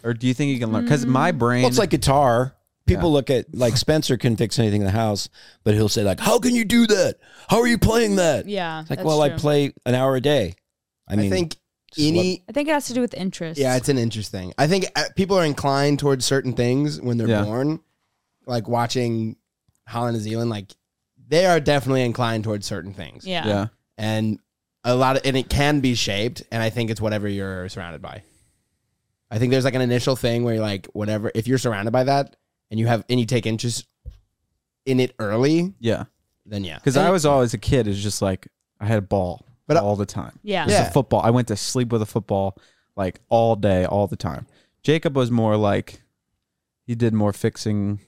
Speaker 3: Or do you think you can learn? Because my brain,
Speaker 2: Well, it's like guitar. People look at like Spencer can fix anything in the house, but he'll say like, "How can you do that? How are you playing that?"
Speaker 4: Yeah,
Speaker 2: It's like,
Speaker 4: that's
Speaker 2: well, I
Speaker 4: true.
Speaker 2: play an hour a day. I mean,
Speaker 1: think
Speaker 2: just let-
Speaker 1: any-
Speaker 4: I think it has to do with interest.
Speaker 1: Yeah, it's an interesting. I think uh, people are inclined towards certain things when they're
Speaker 3: Yeah.
Speaker 1: born, like watching Holland and Zealand. Like they are definitely inclined towards certain things.
Speaker 4: Yeah.
Speaker 3: Yeah.
Speaker 1: and a lot of and it can be shaped. And I think it's whatever you're surrounded by. I think there's like an initial thing where you're like, whatever. If you're surrounded by that and you have and you take interest in it early,
Speaker 3: yeah,
Speaker 6: then yeah.
Speaker 3: Because I was always a kid, is just like I had a ball all the time.
Speaker 4: Yeah.
Speaker 3: Just
Speaker 4: Yeah.
Speaker 3: a football. I went to sleep with a football like all day, all the time. Jacob was more like he did more fixing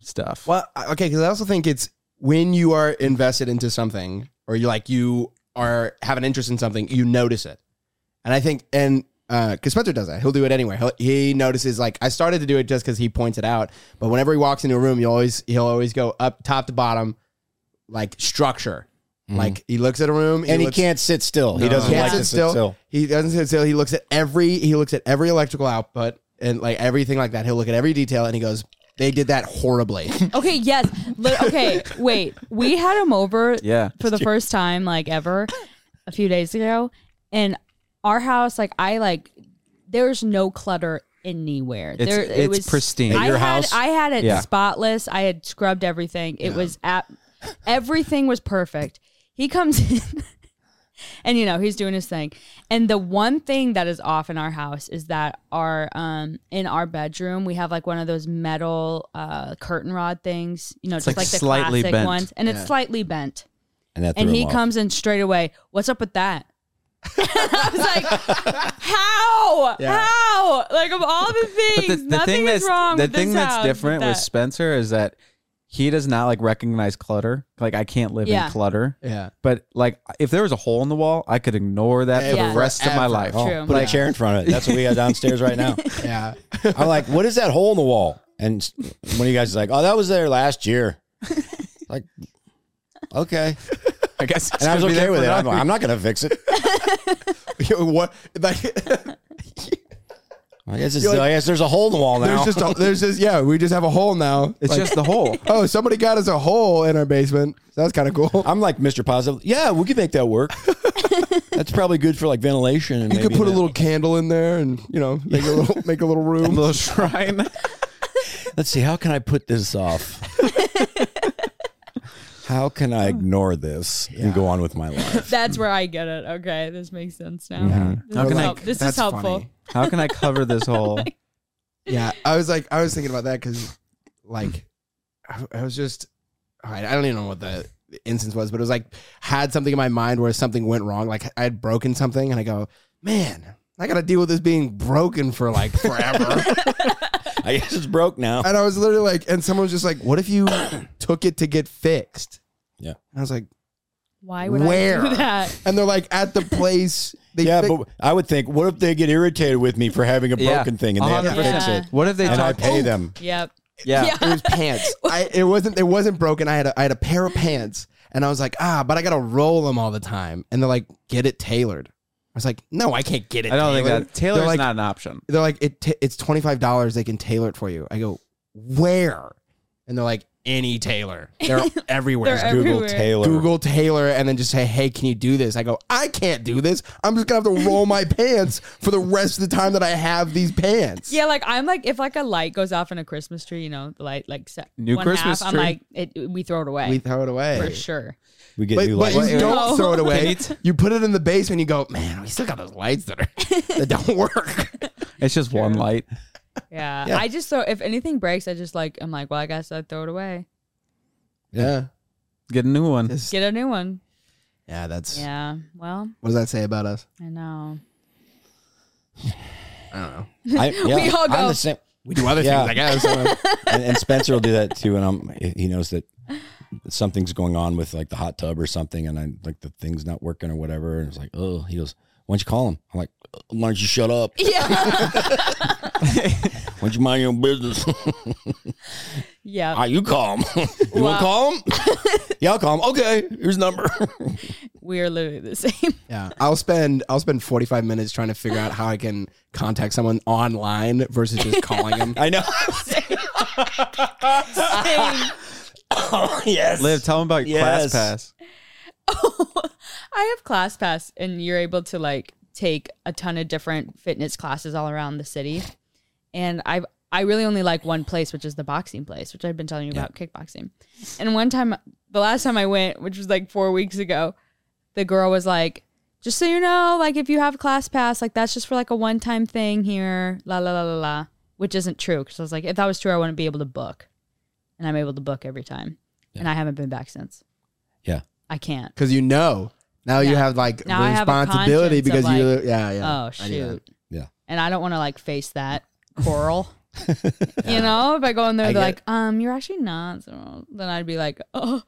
Speaker 3: stuff.
Speaker 1: Well, I- okay, because I also think it's when you are invested into something, or you like you are have an interest in something, you notice it, and I think and because Spencer does that, he'll do it anyway. He'll, he notices like I started to do it just because he points it out, but whenever he walks into a room, you always he'll always go up top to bottom, like structure.
Speaker 2: Mhm.
Speaker 1: Like he looks at a room
Speaker 2: And he
Speaker 1: looks-
Speaker 2: can't sit still. He doesn't
Speaker 1: can't
Speaker 2: like to sit still.
Speaker 1: He doesn't sit still. He looks at every he looks at every electrical output and like everything like that. He'll look at every detail and he goes, "They did that horribly."
Speaker 4: Okay, yes. Li- Okay, wait. We had him over
Speaker 1: Yeah.
Speaker 4: for the first time like ever a few days ago and our house like I like there's no clutter anywhere.
Speaker 3: It's-
Speaker 4: there it
Speaker 3: it's
Speaker 4: was
Speaker 3: pristine. At
Speaker 4: I
Speaker 3: your
Speaker 4: had
Speaker 3: house?
Speaker 4: I had it
Speaker 3: Yeah.
Speaker 4: spotless. I had scrubbed everything. It was at everything was perfect. He comes in and you know he's doing his thing and the one thing that is off in our house is that our um in our bedroom we have like one of those metal uh curtain rod things you know
Speaker 3: It's,
Speaker 4: just
Speaker 3: like,
Speaker 4: like, the
Speaker 3: slightly
Speaker 4: classic
Speaker 3: bent.
Speaker 4: ones and
Speaker 3: Yeah.
Speaker 4: it's slightly bent
Speaker 2: And that
Speaker 4: and
Speaker 2: threw
Speaker 4: he
Speaker 2: him off.
Speaker 4: comes in straight away what's up with that how
Speaker 3: Yeah.
Speaker 4: how like of all the
Speaker 3: But
Speaker 4: things
Speaker 3: the, the
Speaker 4: nothing
Speaker 3: thing
Speaker 4: is
Speaker 3: that's
Speaker 4: wrong
Speaker 3: the
Speaker 4: with
Speaker 3: thing
Speaker 4: this
Speaker 3: that's
Speaker 4: house,
Speaker 3: different
Speaker 4: that.
Speaker 3: with Spencer is that he does not like recognize clutter. Like I can't live
Speaker 4: Yeah.
Speaker 3: in clutter.
Speaker 1: Yeah.
Speaker 3: But like if there was a hole in the wall, I could ignore that for
Speaker 2: Yeah.
Speaker 3: the rest of
Speaker 2: Forever.
Speaker 3: my life.
Speaker 2: Oh, True. put a chair in front of it. That's what we got downstairs right now.
Speaker 1: yeah.
Speaker 2: I'm like, what is that hole in the wall? And s- one of you guys is like, oh, that was there last year. like, okay.
Speaker 1: I guess.
Speaker 2: And I was
Speaker 1: gonna be
Speaker 2: okay
Speaker 1: there
Speaker 2: with
Speaker 1: for
Speaker 2: it. I'm,
Speaker 1: now.
Speaker 2: like, I'm not going to fix it.
Speaker 1: what? Like,
Speaker 2: I guess, it's,
Speaker 1: You're like-
Speaker 2: I guess there's a hole in the wall now.
Speaker 1: There's just a, there's just yeah, we just have a hole now.
Speaker 2: It's just the
Speaker 3: hole.
Speaker 1: Oh, somebody got us a hole in our basement. That's kind of cool.
Speaker 2: I'm like Mr. Positive. Yeah, we could make that work. That's probably good for like ventilation. And
Speaker 1: You could
Speaker 2: maybe
Speaker 1: put a
Speaker 2: that-
Speaker 1: little candle in there and you know make a little make a little room,
Speaker 3: little shrine.
Speaker 2: Let's see. How can I put this off? how can I ignore this and go on with my life?
Speaker 4: that's where I get it. Okay, this makes sense now. This,
Speaker 3: How
Speaker 4: is,
Speaker 3: can I-
Speaker 4: help- this is
Speaker 3: that's
Speaker 4: helpful.
Speaker 3: funny. How can I cover this hole?
Speaker 1: yeah, I was like, I was thinking about that because, like, I, I was just, I, I don't even know what the instance was, but it was like had something in my mind where something went wrong, like I had broken something, and I go, man, I got to deal with this being broken for like forever.
Speaker 2: I guess it's broke now.
Speaker 1: and I was literally like, and someone was just like, what if you took it to get fixed?
Speaker 2: Yeah,
Speaker 1: and I was like,
Speaker 4: Why would
Speaker 1: where?
Speaker 4: I do that?
Speaker 1: And they're like at the place. They
Speaker 2: yeah,
Speaker 1: fix-
Speaker 2: but I would think, what if they get irritated with me for having a
Speaker 3: Yeah,
Speaker 2: broken thing and they have to
Speaker 3: 100%.
Speaker 2: fix it?
Speaker 3: What if they
Speaker 2: and I
Speaker 3: talk-
Speaker 2: pay
Speaker 3: Oh.
Speaker 2: them?
Speaker 4: Yep.
Speaker 3: Yeah.
Speaker 1: it was pants. I, it wasn't. It wasn't broken. I had a, I had a pair of pants, and I was like, ah, but I gotta roll them all the time. And they're like, get it tailored. I was like, no, I can't get it.
Speaker 3: I don't think
Speaker 1: tailored.
Speaker 3: that Taylor's
Speaker 1: they're like,
Speaker 3: not an option.
Speaker 1: They're like, it. ta- it's twenty five dollars. They can tailor it for you. I go, where? And they're like, any tailor. They're everywhere.
Speaker 2: They're Just Google everywhere. tailor.
Speaker 1: Google tailor, and then just say, hey, can you do this? I go, I can't do this. I'm just gonna have to roll my pants for the rest of the time that I have these pants.
Speaker 4: Yeah, like I'm like if like a light goes off in a Christmas tree, you know, the light like set
Speaker 1: New
Speaker 4: one
Speaker 1: Christmas
Speaker 4: half,
Speaker 1: tree?
Speaker 4: I'm like it, we throw it away.
Speaker 1: We throw it away.
Speaker 4: for sure.
Speaker 2: We get
Speaker 1: but,
Speaker 2: new
Speaker 1: but
Speaker 2: lights.
Speaker 1: you don't
Speaker 4: No.
Speaker 1: throw it
Speaker 4: Can
Speaker 1: away.
Speaker 4: you
Speaker 1: you put it in the basement. You go, man. We still got those lights that are that don't work.
Speaker 3: It's just one light.
Speaker 4: Yeah.
Speaker 1: Yeah.
Speaker 4: I just throw if anything breaks, I just like I'm like, well, I guess I throw it away.
Speaker 1: Yeah.
Speaker 3: Get a new one.
Speaker 4: Get a new one.
Speaker 1: Yeah, that's.
Speaker 4: Yeah. Well,
Speaker 1: What does that say about us?
Speaker 4: I know.
Speaker 1: I don't know.
Speaker 2: I,
Speaker 4: We
Speaker 2: yeah,
Speaker 4: all
Speaker 2: I'm
Speaker 4: go.
Speaker 2: the same.
Speaker 1: We do other
Speaker 2: Yeah.
Speaker 1: things, I guess.
Speaker 2: and, and Spencer will do that too. And I'm, he knows that something's going on with like the hot tub or something, and I like the thing's not working or whatever. And it's like, oh, he goes, why don't you call him? I'm like, why don't you shut up?
Speaker 4: Yeah.
Speaker 2: Why don't you mind your own business?
Speaker 4: yeah.
Speaker 2: Ah, you call him. you want
Speaker 4: Wow.
Speaker 2: to call him? yeah, I'll call him. Okay, here's his number.
Speaker 4: we are literally the same.
Speaker 1: yeah, I'll spend I'll spend forty five minutes trying to figure out how I can contact someone online versus just calling them.
Speaker 2: I know.
Speaker 4: Same.
Speaker 2: yes.
Speaker 3: Liv, tell him about your
Speaker 2: Yes.
Speaker 3: class pass.
Speaker 4: I have class pass and you're able to like take a ton of different fitness classes all around the city. And I've I really only like one place, which is the boxing place, which I've been telling you about kickboxing. And one time the last time I went, which was like four weeks ago, the girl was like, just so you know, like if you have class pass, like that's just for like a one time thing here, la la la la la. Which isn't true because I was like, if that was true, I wouldn't be able to book. And I'm able to book every time. And I haven't been back since.
Speaker 2: Yeah.
Speaker 4: I can't.
Speaker 1: because you know now you have like
Speaker 4: Now I have a
Speaker 1: responsibility
Speaker 4: conscience
Speaker 1: because
Speaker 4: of,
Speaker 1: you
Speaker 4: like,
Speaker 1: yeah yeah
Speaker 4: Oh
Speaker 1: I do that.
Speaker 4: shoot. And I don't want to like face that coral. You know, if I go in there,
Speaker 1: I
Speaker 4: they're
Speaker 1: get
Speaker 4: like, um, you're actually not. So then I'd be like, oh,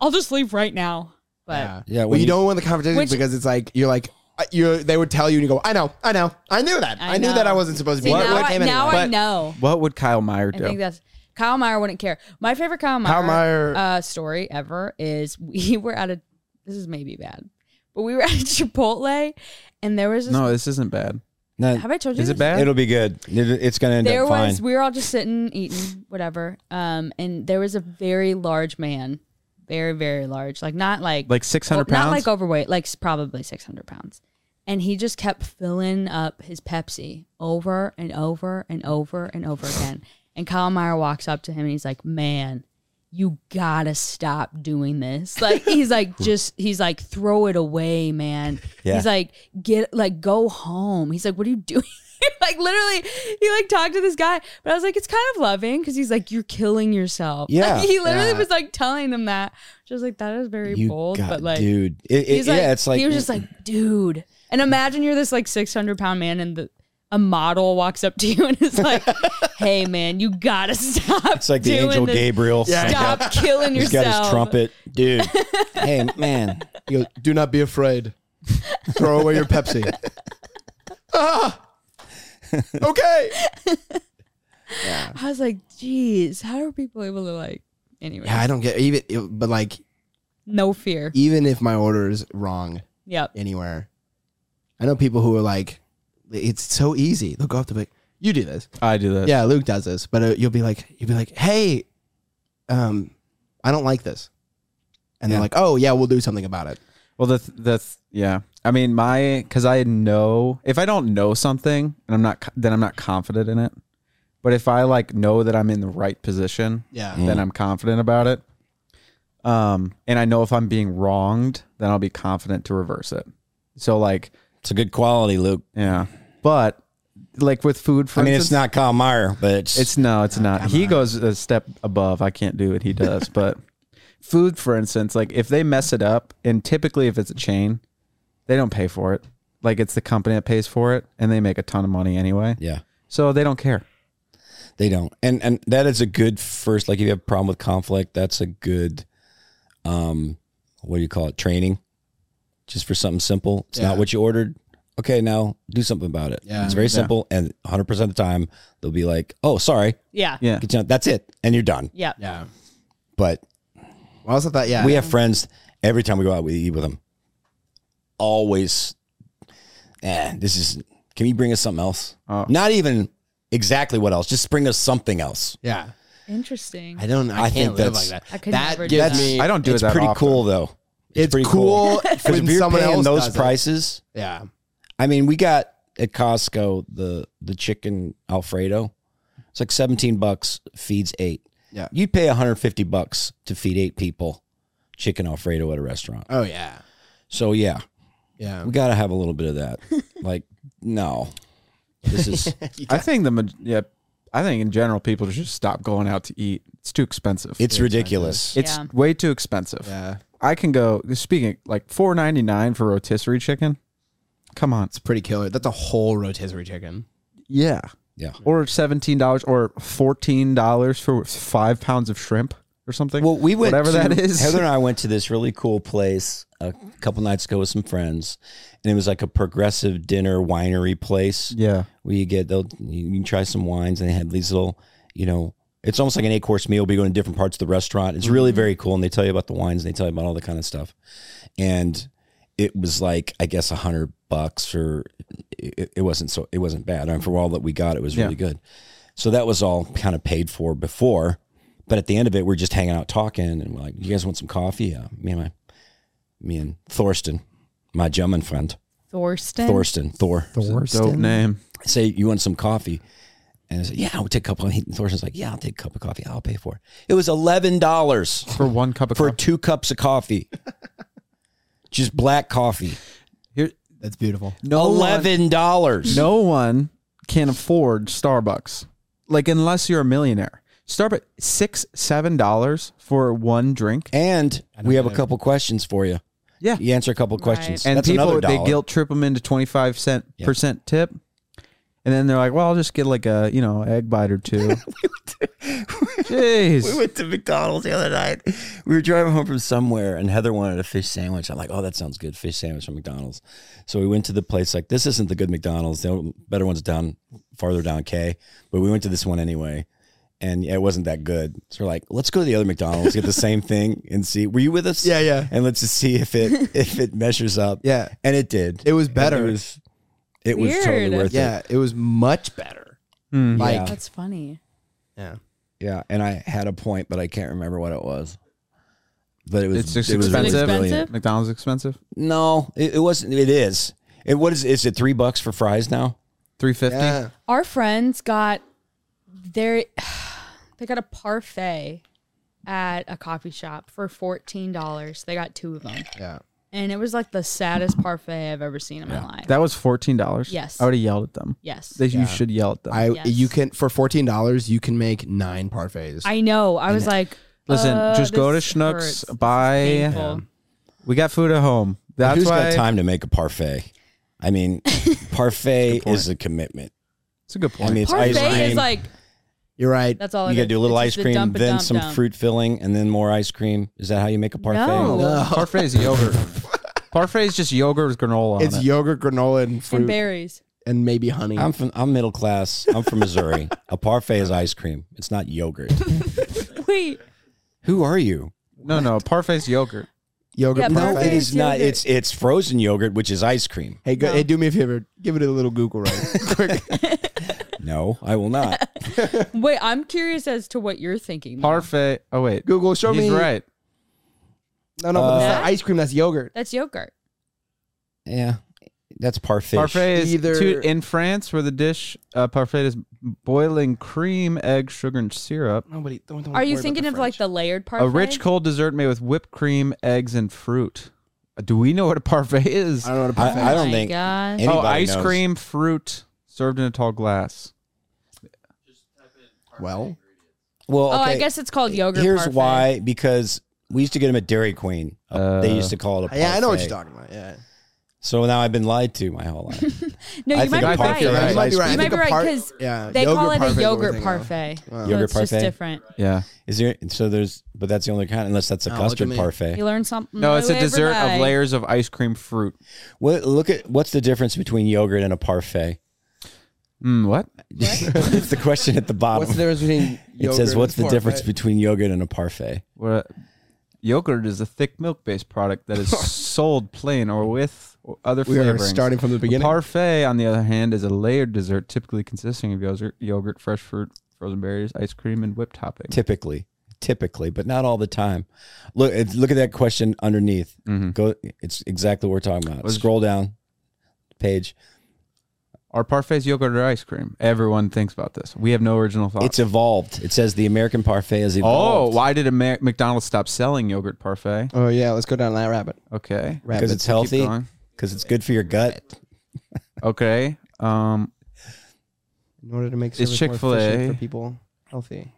Speaker 4: I'll just leave right now. But
Speaker 2: Yeah,
Speaker 1: well,
Speaker 2: when
Speaker 1: you,
Speaker 2: you-
Speaker 1: don't want the confrontation
Speaker 4: Which-
Speaker 1: because it's like you're like you. They would tell you, and you go, "I know, I know, I knew that. I, knew that I wasn't supposed to be."
Speaker 4: See,
Speaker 1: here,
Speaker 4: now
Speaker 1: but
Speaker 4: I-
Speaker 1: came anyway."
Speaker 4: now I
Speaker 1: But
Speaker 4: know.
Speaker 3: What would Kyle Meyer
Speaker 4: I
Speaker 3: do?
Speaker 4: think that's Kyle Meyer wouldn't care. My favorite Kyle Meyer,
Speaker 3: Kyle Meyer-
Speaker 4: Uh, story ever is we were at a this is maybe bad, but we were at a Chipotle and there was this
Speaker 3: no, this isn't bad.
Speaker 2: No,
Speaker 4: Have I told you
Speaker 3: Is it
Speaker 4: this?
Speaker 3: bad?
Speaker 2: It'll be good. It- it's going to end
Speaker 4: there
Speaker 2: up fine.
Speaker 4: was we were all just sitting eating whatever, um, and there was a very large man, very very large, like not like
Speaker 3: Like 600
Speaker 4: not
Speaker 3: pounds?
Speaker 4: like overweight, like s- probably six hundred pounds, and he just kept filling up his Pepsi over and over and over and over again. And Kyle Meyer walks up to him and he's like, "Man, you gotta stop doing this. Like he's like just he's like throw it away, man.
Speaker 13: Yeah.
Speaker 4: He's like get like go home. He's like what are you doing? like literally he like talked to this guy, but I was like it's kind of loving cuz he's like you're killing yourself.
Speaker 2: Yeah.
Speaker 4: he literally
Speaker 2: Yeah.
Speaker 4: was like telling him that. Just like that is very
Speaker 2: You
Speaker 4: bold,
Speaker 2: got-
Speaker 4: but like
Speaker 2: dude, It- it-
Speaker 4: he's,
Speaker 2: yeah, it's like
Speaker 4: he was just like dude. And imagine you're this like 600 pound man and the a model walks up to you and is like, "Hey man, you gotta stop."
Speaker 2: It's like the
Speaker 4: doing
Speaker 2: angel
Speaker 4: this.
Speaker 2: Gabriel. snuck
Speaker 4: Stop
Speaker 2: up.
Speaker 4: killing
Speaker 2: He's
Speaker 4: yourself.
Speaker 2: got his trumpet, dude. hey man,
Speaker 1: you go, do not be afraid. Throw away your Pepsi. ah! Okay.
Speaker 4: I was like, geez, how are people able to like anyway?
Speaker 1: Yeah, I don't get even, but like
Speaker 4: No fear.
Speaker 1: even if my order is wrong,
Speaker 4: Yep.
Speaker 1: anywhere, I know people who are like, it's so easy. They'll go up to be, like, you do this.
Speaker 3: I do this.
Speaker 1: Yeah, Luke does this, but uh, you'll be like, you'll be like, hey, um, I don't like this, and they're like, oh yeah, we'll do something about it.
Speaker 3: Well, that's that's yeah. I mean, my because I know if I don't know something and I'm not co- then I'm not confident in it. But if I like know that I'm in the right position,
Speaker 1: Yeah.
Speaker 3: then
Speaker 1: Mm.
Speaker 3: I'm confident about it. Um, and I know if I'm being wronged, then I'll be confident to reverse it. So like,
Speaker 2: it's a good quality, Luke.
Speaker 3: Yeah, but like with food, for
Speaker 2: I mean, it's
Speaker 3: instance,
Speaker 2: not Kyle Meyer, but it's,
Speaker 3: it's no, it's not. He goes a step above. I can't do what he does. but food, for instance, like if they mess it up, and typically if it's a chain, they don't pay for it. Like it's the company that pays for it, and they make a ton of money anyway.
Speaker 2: Yeah.
Speaker 3: So they don't care.
Speaker 2: They don't. And and that is a good first like if you have a problem with conflict, that's a good um what do you call it? Training. Just for something simple. It's not
Speaker 1: Yeah.
Speaker 2: what you ordered. Okay, now do something about it.
Speaker 1: Yeah.
Speaker 2: It's very
Speaker 1: Yeah.
Speaker 2: simple and 100% of the time they'll be like, "Oh, sorry."
Speaker 4: Yeah.
Speaker 3: Yeah.
Speaker 2: Get you- That's it. And you're done.
Speaker 4: Yeah.
Speaker 1: Yeah.
Speaker 2: But
Speaker 1: I also thought, yeah,
Speaker 2: we have friends every time we go out we eat with them. Always eh, this is can you bring us something else? Not even exactly what else. Just bring us something else.
Speaker 1: Yeah.
Speaker 4: Interesting.
Speaker 1: I don't. I,
Speaker 2: I
Speaker 1: can't
Speaker 2: think
Speaker 1: live
Speaker 2: that's-
Speaker 1: like that.
Speaker 4: I could
Speaker 1: that
Speaker 4: never do
Speaker 1: gives
Speaker 4: that.
Speaker 1: me.
Speaker 2: I don't do it's that pretty often. cool, though.
Speaker 1: It's,
Speaker 2: pretty
Speaker 1: cool,
Speaker 2: because
Speaker 1: when
Speaker 2: if you're
Speaker 1: someone
Speaker 2: paying
Speaker 1: else
Speaker 2: those
Speaker 1: does it.
Speaker 2: prices,
Speaker 1: Yeah.
Speaker 2: I mean, we got at Costco the the chicken Alfredo. It's like seventeen bucks feeds eight.
Speaker 1: Yeah.
Speaker 2: you'd pay one hundred fifty bucks to feed eight people chicken Alfredo at a restaurant.
Speaker 1: Oh yeah.
Speaker 2: So yeah,
Speaker 1: Yeah.
Speaker 2: we got to have a little bit of that. like no, this is
Speaker 3: I think the ma- yeah, I think in general people should just stop going out to eat. It's too expensive.
Speaker 2: It's Too ridiculous.
Speaker 3: It's
Speaker 2: expensive.
Speaker 3: way too expensive.
Speaker 1: Yeah.
Speaker 3: I can go speaking like four ninety nine for rotisserie chicken. Come on, it's
Speaker 1: pretty killer. That's a whole rotisserie chicken.
Speaker 3: Yeah.
Speaker 2: Yeah.
Speaker 3: Or seventeen dollars or fourteen dollars for five pounds of shrimp or something. Well,
Speaker 2: we went
Speaker 3: whatever
Speaker 2: to-
Speaker 3: that is.
Speaker 2: Heather and I went to this really cool place a couple nights ago with some friends, and it was like a progressive dinner winery place.
Speaker 3: Yeah.
Speaker 2: where you get they'll you can try some wines, and they have these little, you know, it's almost like an eight course meal. But you go to different parts of the restaurant. It's really very cool, and they tell you about the wines, and they tell you about all that kind of stuff, and it was like I guess a hundred bucks or it, it wasn't so it wasn't bad. I mean, for all that we got, it was really
Speaker 3: Yeah.
Speaker 2: good. So that was all kind of paid for before. But at the end of it, we're just hanging out talking and we're like, you guys want some coffee? Yeah. Me and my me and Thorsten, my German friend.
Speaker 4: Thorsten.
Speaker 2: Thorsten. Thor.
Speaker 3: Thorsten. Dope name.
Speaker 2: I say you want some coffee. And I said, Yeah, I'll take a cup of coffee. Thorsten's like, Yeah, I'll take a cup of coffee. I'll pay for it. It was eleven dollars
Speaker 3: for one cup of
Speaker 2: for two cups of coffee. Just black coffee.
Speaker 3: Here
Speaker 1: That's beautiful.
Speaker 3: No
Speaker 2: eleven dollars.
Speaker 3: No one can afford Starbucks. Like unless you're a millionaire. Starbucks six seven dollars for one drink.
Speaker 2: And we have a couple questions for you.
Speaker 3: Yeah,
Speaker 2: you answer a couple questions.
Speaker 3: and
Speaker 2: That's
Speaker 3: people
Speaker 2: another
Speaker 3: they
Speaker 2: dollar.
Speaker 3: guilt trip them into twenty five cent
Speaker 2: Yeah.
Speaker 3: percent tip, and then they're like, "Well, I'll just get like a you know egg bite or two. Jeez.
Speaker 2: We went to McDonald's the other night. We were driving home from somewhere, and Heather wanted a fish sandwich. I'm like, oh, that sounds good, fish sandwich from McDonald's. So we went to the place. Like, this isn't the good McDonald's. The better ones down farther down K. But we went to this one anyway, and yeah, it wasn't that good. So we're like, let's go to the other McDonald's, get the same thing, and see. Were you with us?
Speaker 1: Yeah, yeah.
Speaker 2: And let's just see if it if it measures up.
Speaker 1: Yeah.
Speaker 2: and it did.
Speaker 1: It was better.
Speaker 2: It was, it was totally
Speaker 4: Weird.
Speaker 2: worth
Speaker 1: Yeah,
Speaker 2: it.
Speaker 1: it was much better. Like,
Speaker 2: Yeah.
Speaker 4: That's funny.
Speaker 1: yeah.
Speaker 2: Hmm. Yeah, and I had a point, but I can't remember what it was. But it was
Speaker 3: It's just
Speaker 2: it was really
Speaker 3: expensive.
Speaker 2: brilliant.
Speaker 4: Expensive?
Speaker 3: McDonald's expensive.
Speaker 2: No, it, it wasn't. It is. It what is? Is it three bucks for fries now?
Speaker 3: Three fifty.
Speaker 1: Yeah.
Speaker 4: Our friends got their they got a parfait at a coffee shop for fourteen dollars. They got two of them,
Speaker 1: Yeah.
Speaker 4: and it was like the saddest parfait I've ever seen in my life.
Speaker 3: That was fourteen dollars.
Speaker 4: Yes.
Speaker 3: I would have yelled at them.
Speaker 4: Yes.
Speaker 3: They,
Speaker 1: Yeah.
Speaker 3: you should yell at them.
Speaker 1: I
Speaker 4: Yes.
Speaker 1: you can for fourteen dollars you can make nine parfaits.
Speaker 4: I know. I was like,
Speaker 3: Listen,
Speaker 4: uh,
Speaker 3: just go to
Speaker 4: this hurts.
Speaker 3: Schnucks. Buy.
Speaker 4: painful.
Speaker 3: We got food at home. That's
Speaker 2: Who's
Speaker 3: why
Speaker 2: got time to make a parfait? I mean, parfait is a commitment.
Speaker 3: It's a good point.
Speaker 2: I mean, it's ice cream.
Speaker 4: Parfait is like oh,
Speaker 1: You're right.
Speaker 4: that's all.
Speaker 2: you got to do a little ice cream,
Speaker 4: dump,
Speaker 2: then some fruit filling, and then more ice cream. Is that how you make a parfait?
Speaker 4: No.
Speaker 3: Parfait is yogurt. Parfait is just yogurt with granola on
Speaker 1: It's
Speaker 3: it.
Speaker 1: yogurt, granola, and
Speaker 4: and
Speaker 1: fruit, and,
Speaker 4: berries.
Speaker 1: maybe honey.
Speaker 2: I'm from I'm middle class. I'm from Missouri. a parfait is ice cream. It's not yogurt.
Speaker 4: Wait,
Speaker 2: Who are you?
Speaker 3: no, no. Parfait is yogurt.
Speaker 1: yogurt
Speaker 4: Yeah,
Speaker 1: parfait.
Speaker 2: No, it
Speaker 4: Parfait
Speaker 2: is
Speaker 4: is
Speaker 2: not.
Speaker 4: yogurt.
Speaker 2: It's it's frozen yogurt, which is ice cream.
Speaker 1: Hey, go,
Speaker 4: No.
Speaker 1: hey, do me a favor. Give it a little Google right quick.
Speaker 2: No, I will not.
Speaker 4: wait. I'm curious as to what you're thinking.
Speaker 3: Parfait. Oh wait.
Speaker 1: Google, show me.
Speaker 3: He's right.
Speaker 1: No, no, but it's
Speaker 4: Uh,
Speaker 1: not ice cream. That's yogurt.
Speaker 4: That's yogurt.
Speaker 2: yeah, that's parfait.
Speaker 3: Parfait is
Speaker 1: Either-
Speaker 3: two, in France where the dish uh, parfait is boiling cream, egg, sugar, and syrup.
Speaker 1: Nobody. Don't, don't
Speaker 4: Are
Speaker 1: worry
Speaker 4: you
Speaker 1: about
Speaker 4: thinking
Speaker 1: the
Speaker 4: of like
Speaker 1: French.
Speaker 4: the layered parfait?
Speaker 3: A rich cold dessert made with whipped cream, eggs, and fruit. Uh, Do we know what a parfait is?
Speaker 1: I don't know what a parfait.
Speaker 2: I, I don't
Speaker 4: Oh my
Speaker 2: think
Speaker 4: gosh.
Speaker 2: anybody
Speaker 3: Oh, ice
Speaker 2: knows.
Speaker 3: cream, fruit served in a tall glass.
Speaker 1: is. well,
Speaker 2: Well,
Speaker 4: Oh, I
Speaker 2: okay,
Speaker 4: guess it's called yogurt.
Speaker 2: Here's
Speaker 4: parfait.
Speaker 2: why: because we used to get them at Dairy Queen. Uh, they used to call it a parfait.
Speaker 1: yeah, I know what you're talking about. Yeah,
Speaker 2: So now I've been lied to my whole life.
Speaker 4: No,
Speaker 2: I
Speaker 4: you might
Speaker 2: think
Speaker 4: be
Speaker 2: parfait
Speaker 4: right.
Speaker 2: is
Speaker 1: You might be
Speaker 2: ice
Speaker 1: right.
Speaker 2: cream.
Speaker 1: I
Speaker 4: You might
Speaker 1: think
Speaker 4: be
Speaker 1: a
Speaker 4: right
Speaker 1: par-
Speaker 4: because
Speaker 1: yeah.
Speaker 4: they call it a
Speaker 1: parfait is what we're
Speaker 4: yogurt
Speaker 1: thinking of.
Speaker 4: parfait. So
Speaker 1: Wow.
Speaker 2: Yogurt
Speaker 4: it's just
Speaker 2: parfait?
Speaker 4: different.
Speaker 3: Yeah.
Speaker 2: Is there? So there's, but that's the only kind, unless that's a
Speaker 1: Oh, look at
Speaker 2: custard
Speaker 1: me.
Speaker 2: parfait.
Speaker 4: You learn something.
Speaker 3: No, it's
Speaker 4: new
Speaker 3: a dessert
Speaker 4: every
Speaker 3: of
Speaker 4: day.
Speaker 3: layers of ice cream fruit.
Speaker 2: What? Look at what's the difference between yogurt and a parfait?
Speaker 3: Mm, what?
Speaker 2: it's the question at the bottom.
Speaker 1: What's the difference between?
Speaker 2: it
Speaker 1: yogurt
Speaker 2: says,
Speaker 1: and
Speaker 2: "What's the
Speaker 1: parfait?
Speaker 2: difference between yogurt and a parfait?"
Speaker 3: What? Yogurt is a thick milk-based product that is sold plain or with other
Speaker 1: We are
Speaker 3: flavorings.
Speaker 1: starting from the beginning.
Speaker 3: Parfait, on the other hand, is a layered dessert typically consisting of yogurt, yogurt fresh fruit, frozen berries, ice cream, and whipped topping.
Speaker 2: Typically, typically, but not all the time. Look, it's- look at that question underneath. Go. It's exactly what we're talking about. Scroll down, page.
Speaker 3: Are parfaits yogurt or ice cream? Everyone thinks about this. We have no original thoughts.
Speaker 2: It's evolved. It says the American parfait has
Speaker 3: oh,
Speaker 2: evolved.
Speaker 3: why did Amer- McDonald's stop selling yogurt parfait?
Speaker 1: Oh yeah, let's go down that rabbit.
Speaker 3: Okay.
Speaker 1: Rabbit.
Speaker 2: Because it's
Speaker 3: Keep
Speaker 2: healthy.
Speaker 3: going.
Speaker 2: Because it's good for your gut.
Speaker 3: Okay. Um,
Speaker 1: in order to make
Speaker 3: It's
Speaker 1: service more efficient
Speaker 3: Chick-fil-A.
Speaker 1: for people healthy.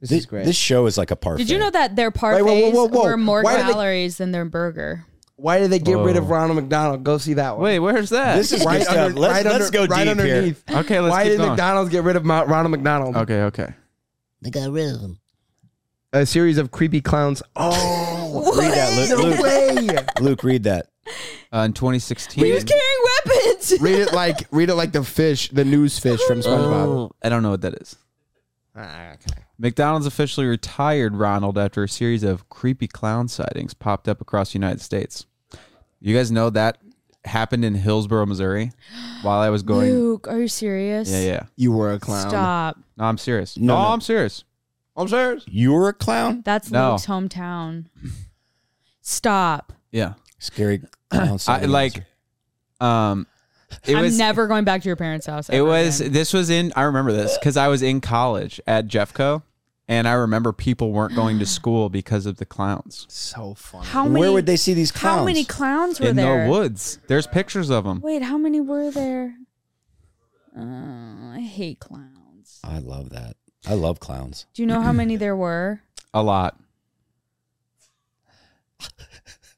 Speaker 1: This,
Speaker 2: This,
Speaker 1: is great.
Speaker 2: this show is like a parfait.
Speaker 4: Did you know that their
Speaker 1: whoa,
Speaker 4: parfaits
Speaker 1: whoa, whoa.
Speaker 4: were more
Speaker 1: Why did they-
Speaker 4: calories than their burger?
Speaker 1: Why did they get rid of
Speaker 3: Whoa.
Speaker 1: Ronald McDonald? Go see that one.
Speaker 3: wait, where's that?
Speaker 2: This is good stuff. Let's, let's go
Speaker 1: right
Speaker 2: deep here.
Speaker 1: underneath.
Speaker 3: okay. Let's
Speaker 1: Why
Speaker 3: keep
Speaker 1: did
Speaker 3: going.
Speaker 1: McDonald's get rid of Mo- Ronald McDonald?
Speaker 3: Okay. Okay.
Speaker 12: They got rid of him.
Speaker 1: A series of creepy clowns. Oh,
Speaker 2: Read that, Luke.
Speaker 1: no
Speaker 2: Luke,
Speaker 1: way.
Speaker 2: Luke, read that.
Speaker 3: Uh, in 2016.
Speaker 4: He was carrying weapons.
Speaker 1: read it like read it like the fish, the news fish from SpongeBob.
Speaker 3: Oh, I don't know what that is.
Speaker 1: Ah, okay.
Speaker 3: McDonald's officially retired Ronald after a series of creepy clown sightings popped up across the United States. You guys know that happened in Hillsboro, Missouri, while I was going.
Speaker 4: Luke, are you serious?
Speaker 3: Yeah, yeah.
Speaker 1: You were a clown.
Speaker 4: Stop.
Speaker 3: No, I'm serious.
Speaker 2: No,
Speaker 3: No,
Speaker 2: no.
Speaker 3: I'm serious.
Speaker 1: I'm serious.
Speaker 2: You were a clown.
Speaker 4: That's
Speaker 3: No.
Speaker 4: Luke's hometown. Stop.
Speaker 3: Yeah.
Speaker 2: Scary clown.
Speaker 3: I like. Um, it
Speaker 4: I'm
Speaker 3: was.
Speaker 4: never going back to your parents' house.
Speaker 3: it
Speaker 4: ever
Speaker 3: was.
Speaker 4: again.
Speaker 3: This was in. I remember this because I was in college at Jeffco, and I remember people weren't going to school because of the clowns
Speaker 1: So funny.
Speaker 4: How many?
Speaker 2: Where would they see these clowns?
Speaker 4: How many clowns were
Speaker 3: in
Speaker 4: there?
Speaker 3: the woods. There's pictures of them.
Speaker 4: Wait, how many were there? Uh, I hate clowns.
Speaker 2: I love that. I love clowns.
Speaker 4: Do you know how many there were?
Speaker 3: A lot.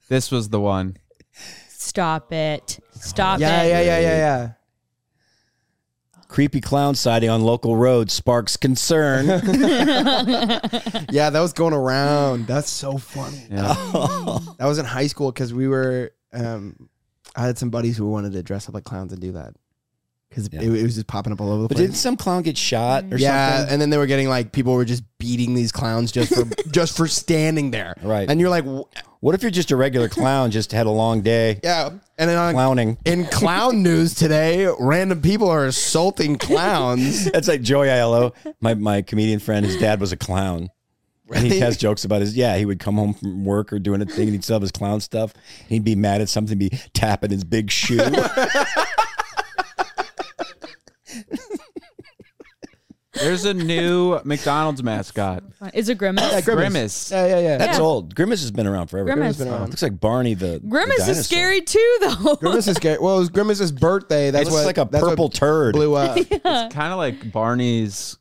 Speaker 3: this was the one.
Speaker 4: Stop it. Stop
Speaker 1: Yeah,
Speaker 4: it.
Speaker 1: yeah, yeah, yeah, yeah.
Speaker 2: Creepy clown sighting on local road sparks concern.
Speaker 1: yeah, that was going around. That's so funny.
Speaker 3: Yeah.
Speaker 1: that was in high school because we were. Um, I had some buddies who wanted to dress up like clowns and do that because it, it was just popping up all over the
Speaker 2: but
Speaker 1: place.
Speaker 2: didn't some clown get shot or
Speaker 1: yeah,
Speaker 2: something?
Speaker 1: and then they were getting like people were just beating these clowns just for just for standing there.
Speaker 2: Right.
Speaker 1: And you're like, "Wh-
Speaker 2: What if you're just a regular clown, just had a long day?
Speaker 1: yeah. And then on,
Speaker 2: Clowning.
Speaker 1: in clown news today, random people are assaulting clowns.
Speaker 2: That's like Joey Aiello, my, my comedian friend. His dad was a clown. And he
Speaker 1: Really?
Speaker 2: has jokes about his, yeah, he would come home from work or doing a thing and he'd sell his clown stuff. And he'd be mad at something, be tapping his big shoe.
Speaker 3: There's a new McDonald's mascot.
Speaker 4: Is it Grimace? Uh.
Speaker 3: Grimace.
Speaker 1: Yeah, yeah, yeah.
Speaker 2: That's
Speaker 4: Yeah.
Speaker 2: old. Grimace has been around forever.
Speaker 4: Grimace. Grimace has been around.
Speaker 2: Looks like Barney the. the
Speaker 4: Grimace
Speaker 2: dinosaur.
Speaker 4: is scary too, though.
Speaker 1: Grimace is scary. Well, it was Grimace's birthday. That's
Speaker 2: It's
Speaker 1: what
Speaker 2: like a
Speaker 1: that's what
Speaker 2: purple turd.
Speaker 1: blew up.
Speaker 3: It's kind of like Barney's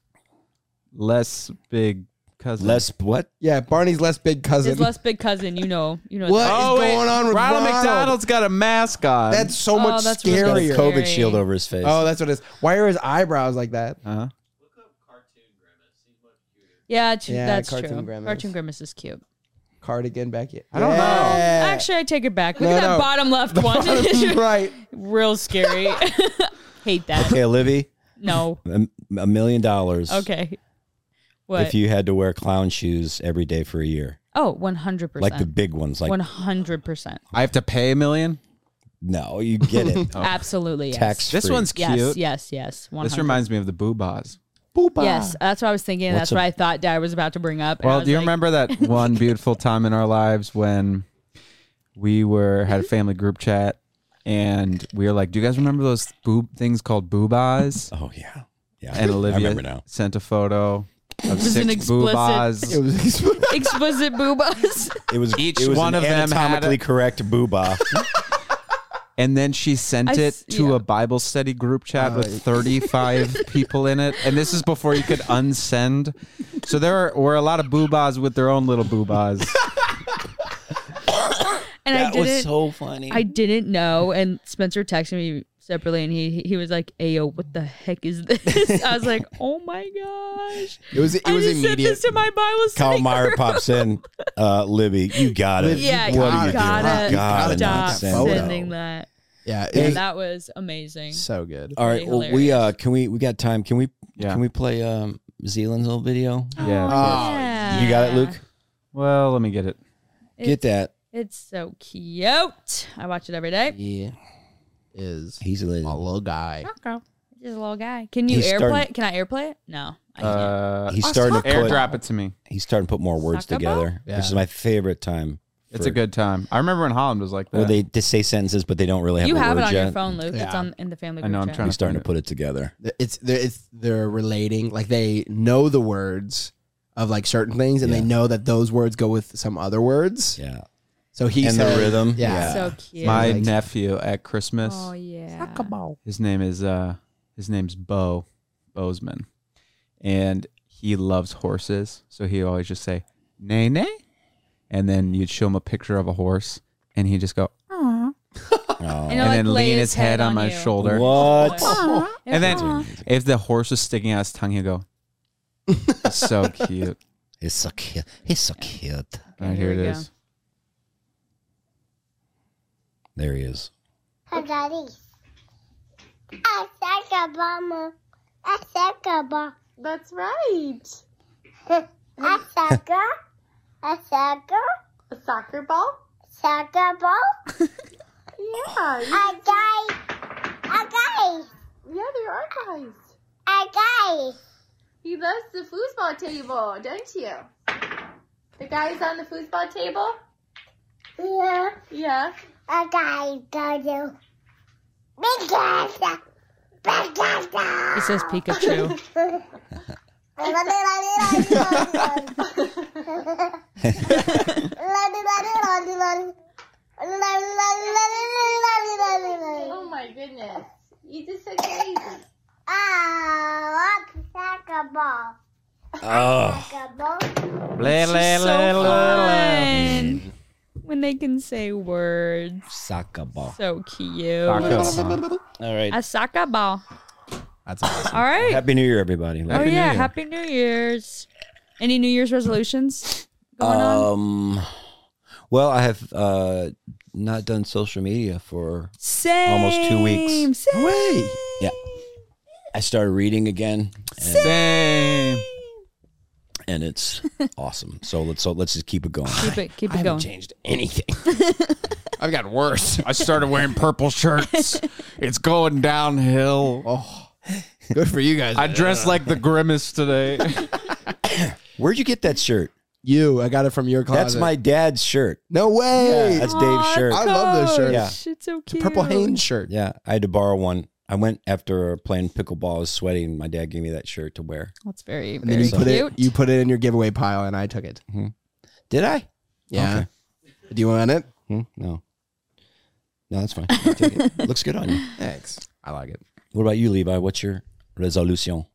Speaker 3: less big cousin.
Speaker 2: Less what?
Speaker 1: Yeah, Barney's less big cousin.
Speaker 4: His less big cousin, you know, you know.
Speaker 1: What
Speaker 3: Oh,
Speaker 1: is
Speaker 3: wait,
Speaker 1: going on with
Speaker 3: Ronald,
Speaker 1: Ronald,
Speaker 3: McDonald's got a mascot.
Speaker 1: That's so
Speaker 4: Oh,
Speaker 1: much
Speaker 4: that's really
Speaker 2: Got a
Speaker 1: scarier.
Speaker 4: scary.
Speaker 2: COVID shield over his face.
Speaker 1: oh, that's what it is. Why are his eyebrows like that?
Speaker 2: Uh.
Speaker 3: uh-huh.
Speaker 4: Yeah, tr-
Speaker 1: Yeah,
Speaker 4: that's
Speaker 1: Cartoon
Speaker 4: true.
Speaker 1: Grimace.
Speaker 4: Cartoon Grimace is cute.
Speaker 1: Cardigan back here.
Speaker 3: I don't know.
Speaker 4: Actually, I take it back. Look
Speaker 1: No,
Speaker 4: at that
Speaker 1: no.
Speaker 4: bottom left one.
Speaker 1: right.
Speaker 4: Real scary. Hate that.
Speaker 2: Okay, Livy,
Speaker 4: No.
Speaker 2: a, a million dollars.
Speaker 4: Okay. What?
Speaker 2: If you had to wear clown shoes every day for a year,
Speaker 4: oh, 100%.
Speaker 2: like the big ones, like
Speaker 4: 100%.
Speaker 3: I have to pay a million.
Speaker 2: no, you get it.
Speaker 4: Absolutely. Yes.
Speaker 2: Oh. Tax
Speaker 3: This
Speaker 2: free.
Speaker 3: one's cute.
Speaker 4: Yes, yes, yes. 100
Speaker 3: This reminds me of the Boobas.
Speaker 4: Yes, that's what I was thinking.
Speaker 2: What's
Speaker 4: that's
Speaker 2: a-
Speaker 4: what I thought Dad was about to bring up. and I
Speaker 3: Well,
Speaker 4: was
Speaker 3: do you
Speaker 4: like,
Speaker 3: remember that one beautiful time in our lives when we were had a family group chat and we were like, "Do you guys remember those boob things called boobas?"
Speaker 2: Oh yeah, yeah.
Speaker 3: And
Speaker 2: I remember
Speaker 3: Olivia
Speaker 2: now.
Speaker 3: sent a photo of
Speaker 4: Just an
Speaker 3: six
Speaker 4: explicit-
Speaker 1: It
Speaker 3: boobas.
Speaker 1: was
Speaker 4: Explicit boobas.
Speaker 2: It was
Speaker 3: Each
Speaker 2: it was
Speaker 3: one
Speaker 2: an
Speaker 3: of them had a-
Speaker 2: anatomically correct booba.
Speaker 3: And then she sent
Speaker 4: I
Speaker 3: it
Speaker 4: s-
Speaker 3: to
Speaker 4: yeah.
Speaker 3: a Bible study group chat
Speaker 1: Oh,
Speaker 3: with
Speaker 1: it-
Speaker 3: 35 people in it. And this is before you could unsend. So there are, were a lot of boobas with their own little boobas.
Speaker 4: And I didn't.
Speaker 2: so funny.
Speaker 4: I didn't know. And Spencer texted me separately, and he he was like, "Ayo, what the heck is this?" I was like, "Oh my gosh!"
Speaker 1: It was. It
Speaker 4: I
Speaker 1: was
Speaker 4: just sent
Speaker 1: immediate.
Speaker 4: this to my Bible
Speaker 2: Kyle
Speaker 4: study.
Speaker 2: Meyer
Speaker 4: group.
Speaker 2: pops in. Uh, Libby, you got it.
Speaker 4: Yeah,
Speaker 2: what are
Speaker 4: you
Speaker 2: you
Speaker 4: gotta
Speaker 2: doing? You gotta not
Speaker 1: Stop
Speaker 4: Stop
Speaker 2: send it.
Speaker 4: sending that.
Speaker 1: yeah.
Speaker 4: Yeah,
Speaker 1: It was
Speaker 4: that was amazing.
Speaker 1: so good.
Speaker 2: All right, well, we uh, can we we got time? Can we
Speaker 3: Yeah.
Speaker 2: can we play um Zealand's little video?
Speaker 3: Yeah.
Speaker 4: yeah.
Speaker 2: You got it, Luke.
Speaker 3: Well, let me get it.
Speaker 2: Get that.
Speaker 4: It's so cute. I watch it every day.
Speaker 1: He is
Speaker 2: He's a
Speaker 1: a
Speaker 2: little.
Speaker 1: little guy.
Speaker 4: He's a little guy. Can you
Speaker 2: He's starting-
Speaker 4: airplay it? Can I airplay it? No, I can't.
Speaker 3: Uh,
Speaker 2: He's starting to put.
Speaker 3: airdrop it to me.
Speaker 2: He's starting to put more words
Speaker 4: Soccer ball?
Speaker 2: together,
Speaker 1: Yeah.
Speaker 2: which is my favorite time.
Speaker 3: It's
Speaker 2: for-
Speaker 3: a good time. I remember when Holland was like that.
Speaker 2: Where they just say sentences, but they don't really have.
Speaker 4: you
Speaker 2: a
Speaker 4: have
Speaker 2: word
Speaker 4: it on
Speaker 2: yet.
Speaker 4: your phone, Luke. It's
Speaker 1: Yeah.
Speaker 4: on in the family.
Speaker 3: I know,
Speaker 4: group
Speaker 3: I'm
Speaker 4: chat.
Speaker 3: trying
Speaker 2: He's starting to put it together.
Speaker 1: It's they're, it's they're relating like they know the words of like certain things, and
Speaker 2: Yeah.
Speaker 1: they know that those words go with some other words.
Speaker 2: Yeah.
Speaker 1: So he
Speaker 2: And the
Speaker 1: said-
Speaker 2: rhythm.
Speaker 1: Yeah.
Speaker 4: So cute.
Speaker 3: My
Speaker 1: like-
Speaker 3: nephew at Christmas.
Speaker 4: oh yeah.
Speaker 3: His name is uh his name's Bo Bozeman. And he loves horses. So he always just say, nay nay. And then you'd show him a picture of a horse and he'd just go,
Speaker 2: Oh.
Speaker 4: And, he'll,
Speaker 3: and
Speaker 4: like,
Speaker 3: then
Speaker 4: lay
Speaker 3: lean his head on, my
Speaker 4: you.
Speaker 3: shoulder.
Speaker 2: What?
Speaker 3: And then
Speaker 4: Aw.
Speaker 3: if the horse was sticking out his tongue, he'd go, so cute.
Speaker 2: He's so cute. He's so cute.
Speaker 3: All right, here it
Speaker 4: we go.
Speaker 3: is.
Speaker 2: There he is.
Speaker 13: I got these. I think about mom. I think about. That's right. I soccer. I soccer. A soccer ball. Soccer ball. yeah. I got. I got. Yeah, there are guys. I got. He loves the foosball table, don't you? The guys on the foosball table. Yeah. Yeah. I got you. Big ass. Big ass.
Speaker 4: It says Pikachu.
Speaker 13: Oh my goodness. Ah, You just so crazy. Oh, I can sack a ball.
Speaker 2: Oh.
Speaker 3: Blah, blah, blah, blah,
Speaker 4: fun
Speaker 2: Mm.
Speaker 4: when they can say words.
Speaker 2: Soccer ball.
Speaker 4: So cute.
Speaker 2: Soccer ball. All right.
Speaker 4: A soccer ball.
Speaker 2: That's awesome.
Speaker 4: All right.
Speaker 2: Happy New Year, everybody.
Speaker 4: oh yeah, happy New Year's. Any New Year's resolutions?
Speaker 2: um, Well, I have uh, not done social media for
Speaker 4: Same.
Speaker 2: Uh, almost two weeks.
Speaker 4: Same. Wait.
Speaker 2: Yeah. I started reading again. and-
Speaker 3: Same.
Speaker 2: And it's awesome. So let's so let's just keep it going.
Speaker 4: Keep it. Keep
Speaker 2: I
Speaker 4: it
Speaker 2: haven't
Speaker 4: going.
Speaker 2: changed anything.
Speaker 3: I've got worse. I started wearing purple shirts. It's going downhill. Oh,
Speaker 2: good for you guys.
Speaker 3: I dressed like the grimace today.
Speaker 2: Where'd you get that shirt?
Speaker 1: You. I got it from your
Speaker 3: Oh,
Speaker 1: closet.
Speaker 2: That's my dad's shirt.
Speaker 1: No way.
Speaker 2: Yeah, that's Dave's shirt.
Speaker 1: I love this shirt.
Speaker 2: Yeah.
Speaker 4: It's so
Speaker 1: It's a purple Hanes shirt.
Speaker 2: Yeah, I had to borrow one. I went after playing pickleball. I was sweating. My dad gave me that shirt to wear.
Speaker 4: That's very
Speaker 1: And then you
Speaker 4: very
Speaker 1: put
Speaker 4: cute.
Speaker 1: it you put it in your giveaway pile and I took it.
Speaker 2: Did I?
Speaker 1: Yeah. Do you want it?
Speaker 2: Hmm, no. No, that's fine. I'll take it. Looks good on you.
Speaker 1: Thanks. I like it.
Speaker 2: What about you, Levi? What's your resolution?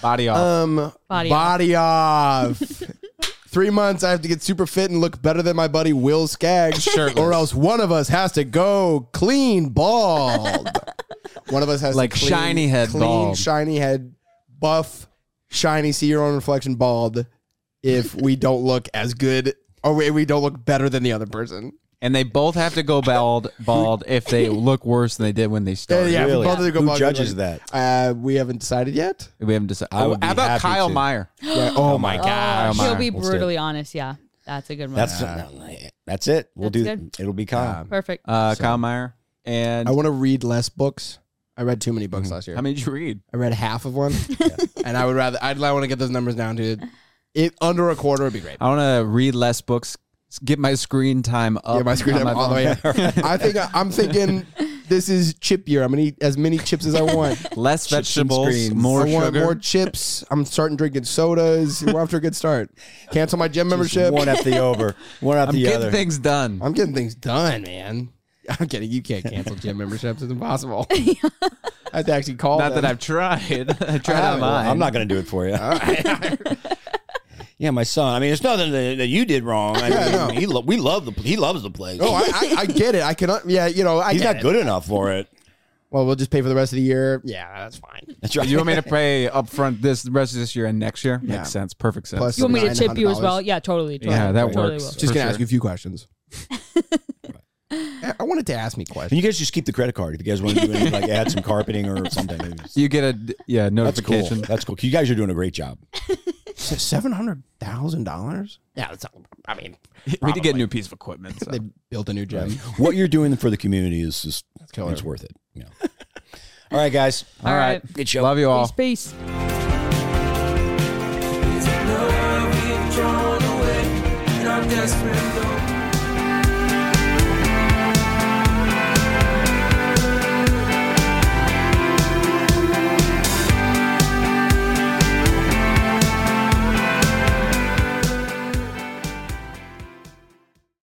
Speaker 3: Body off.
Speaker 1: Um
Speaker 4: Body
Speaker 1: body, off. Three months I have to get super fit and look better than my buddy Will Skaggs.
Speaker 3: Shirtless.
Speaker 1: Or else one of us has to go clean bald. one of us has
Speaker 3: Like
Speaker 1: to clean,
Speaker 3: shiny head
Speaker 1: clean,
Speaker 3: bald.
Speaker 1: shiny head buff, shiny, see your own reflection bald if we don't look as good or we we don't look better than the other person.
Speaker 3: and they both have to go bald, bald if they look worse than they did when they
Speaker 1: Yeah,
Speaker 3: started.
Speaker 1: yeah, both of them go
Speaker 2: Who
Speaker 1: bald.
Speaker 2: judges
Speaker 1: Uh, we haven't decided yet.
Speaker 3: We haven't decided.
Speaker 2: I would
Speaker 3: How
Speaker 2: be
Speaker 3: about
Speaker 2: happy
Speaker 3: Kyle
Speaker 2: to.
Speaker 3: Meyer?
Speaker 1: Yeah, oh, my
Speaker 4: Oh,
Speaker 1: god.
Speaker 4: she'll
Speaker 3: Meyer.
Speaker 4: be
Speaker 2: Let's do it.
Speaker 4: brutally honest. Yeah, that's a good one.
Speaker 2: That's that's it. We'll
Speaker 4: That's
Speaker 2: do.
Speaker 4: good.
Speaker 2: It'll be Kyle.
Speaker 4: Perfect.
Speaker 3: Uh, Kyle Meyer. And
Speaker 1: I want to read less books. I read too many books last year.
Speaker 3: Mm-hmm. how many did you read?
Speaker 1: I read half of one, and I would rather I'd I want to get those numbers down to it under a quarter would be great.
Speaker 3: I want to read less books. Get my screen time up.
Speaker 1: Yeah, my screen
Speaker 3: on
Speaker 1: time all the way
Speaker 3: phone.
Speaker 1: up. I think I'm thinking this is chip year. I'm gonna eat as many chips as I want.
Speaker 3: Less
Speaker 2: and
Speaker 3: vegetables,
Speaker 2: screens.
Speaker 3: more
Speaker 1: I want
Speaker 3: sugar.
Speaker 1: more chips. I'm starting drinking sodas. We're off to a good start. Cancel my gym membership.
Speaker 2: One after the over. One after
Speaker 3: I'm
Speaker 2: the
Speaker 3: getting
Speaker 2: other.
Speaker 3: things done.
Speaker 1: I'm getting things done, man. I'm kidding. You can't cancel gym memberships. It's impossible. I have to actually call.
Speaker 3: Not that
Speaker 1: them.
Speaker 3: I've tried. I tried
Speaker 1: haven't.
Speaker 3: on mine.
Speaker 2: I'm not going to do it for you. yeah, my son. I mean, it's nothing that, that you did wrong. I mean,
Speaker 1: no.
Speaker 2: he lo- we love the he loves the place.
Speaker 1: Oh, I, I, I get it. I cannot. Yeah, you know, I
Speaker 2: He's
Speaker 1: get
Speaker 2: not
Speaker 1: it.
Speaker 2: good enough for it.
Speaker 1: Well, we'll just pay for the rest of the year. Yeah, that's fine.
Speaker 2: That's right.
Speaker 3: You want me to pay up front this the rest of this year and next year?
Speaker 1: Yeah.
Speaker 3: Makes sense. Perfect sense.
Speaker 1: Plus-
Speaker 4: you want me to chip you as
Speaker 1: $900.
Speaker 4: well? Yeah, totally. totally
Speaker 3: yeah, that
Speaker 4: totally
Speaker 3: works.
Speaker 4: will.
Speaker 1: Just
Speaker 3: for
Speaker 1: gonna
Speaker 3: sure.
Speaker 1: ask you a few questions. I I wanted to ask me questions.
Speaker 2: Can you guys just keep the credit card if you guys want to do any, like add some carpeting or something?
Speaker 3: You get a yeah
Speaker 2: That's cool.
Speaker 3: notification.
Speaker 2: That's cool. You guys are doing a great job.
Speaker 1: Seven hundred thousand dollars? Yeah, that's. I mean,
Speaker 3: We did get a new piece of equipment. so.
Speaker 1: they built a new gym.
Speaker 2: What you're doing for the community is just
Speaker 1: killer.
Speaker 2: it's worth it. Yeah. All right, guys.
Speaker 3: All right.
Speaker 2: Good show.
Speaker 3: Love you all.
Speaker 4: Peace, peace.
Speaker 7: Love we've drawn away in our desperate love.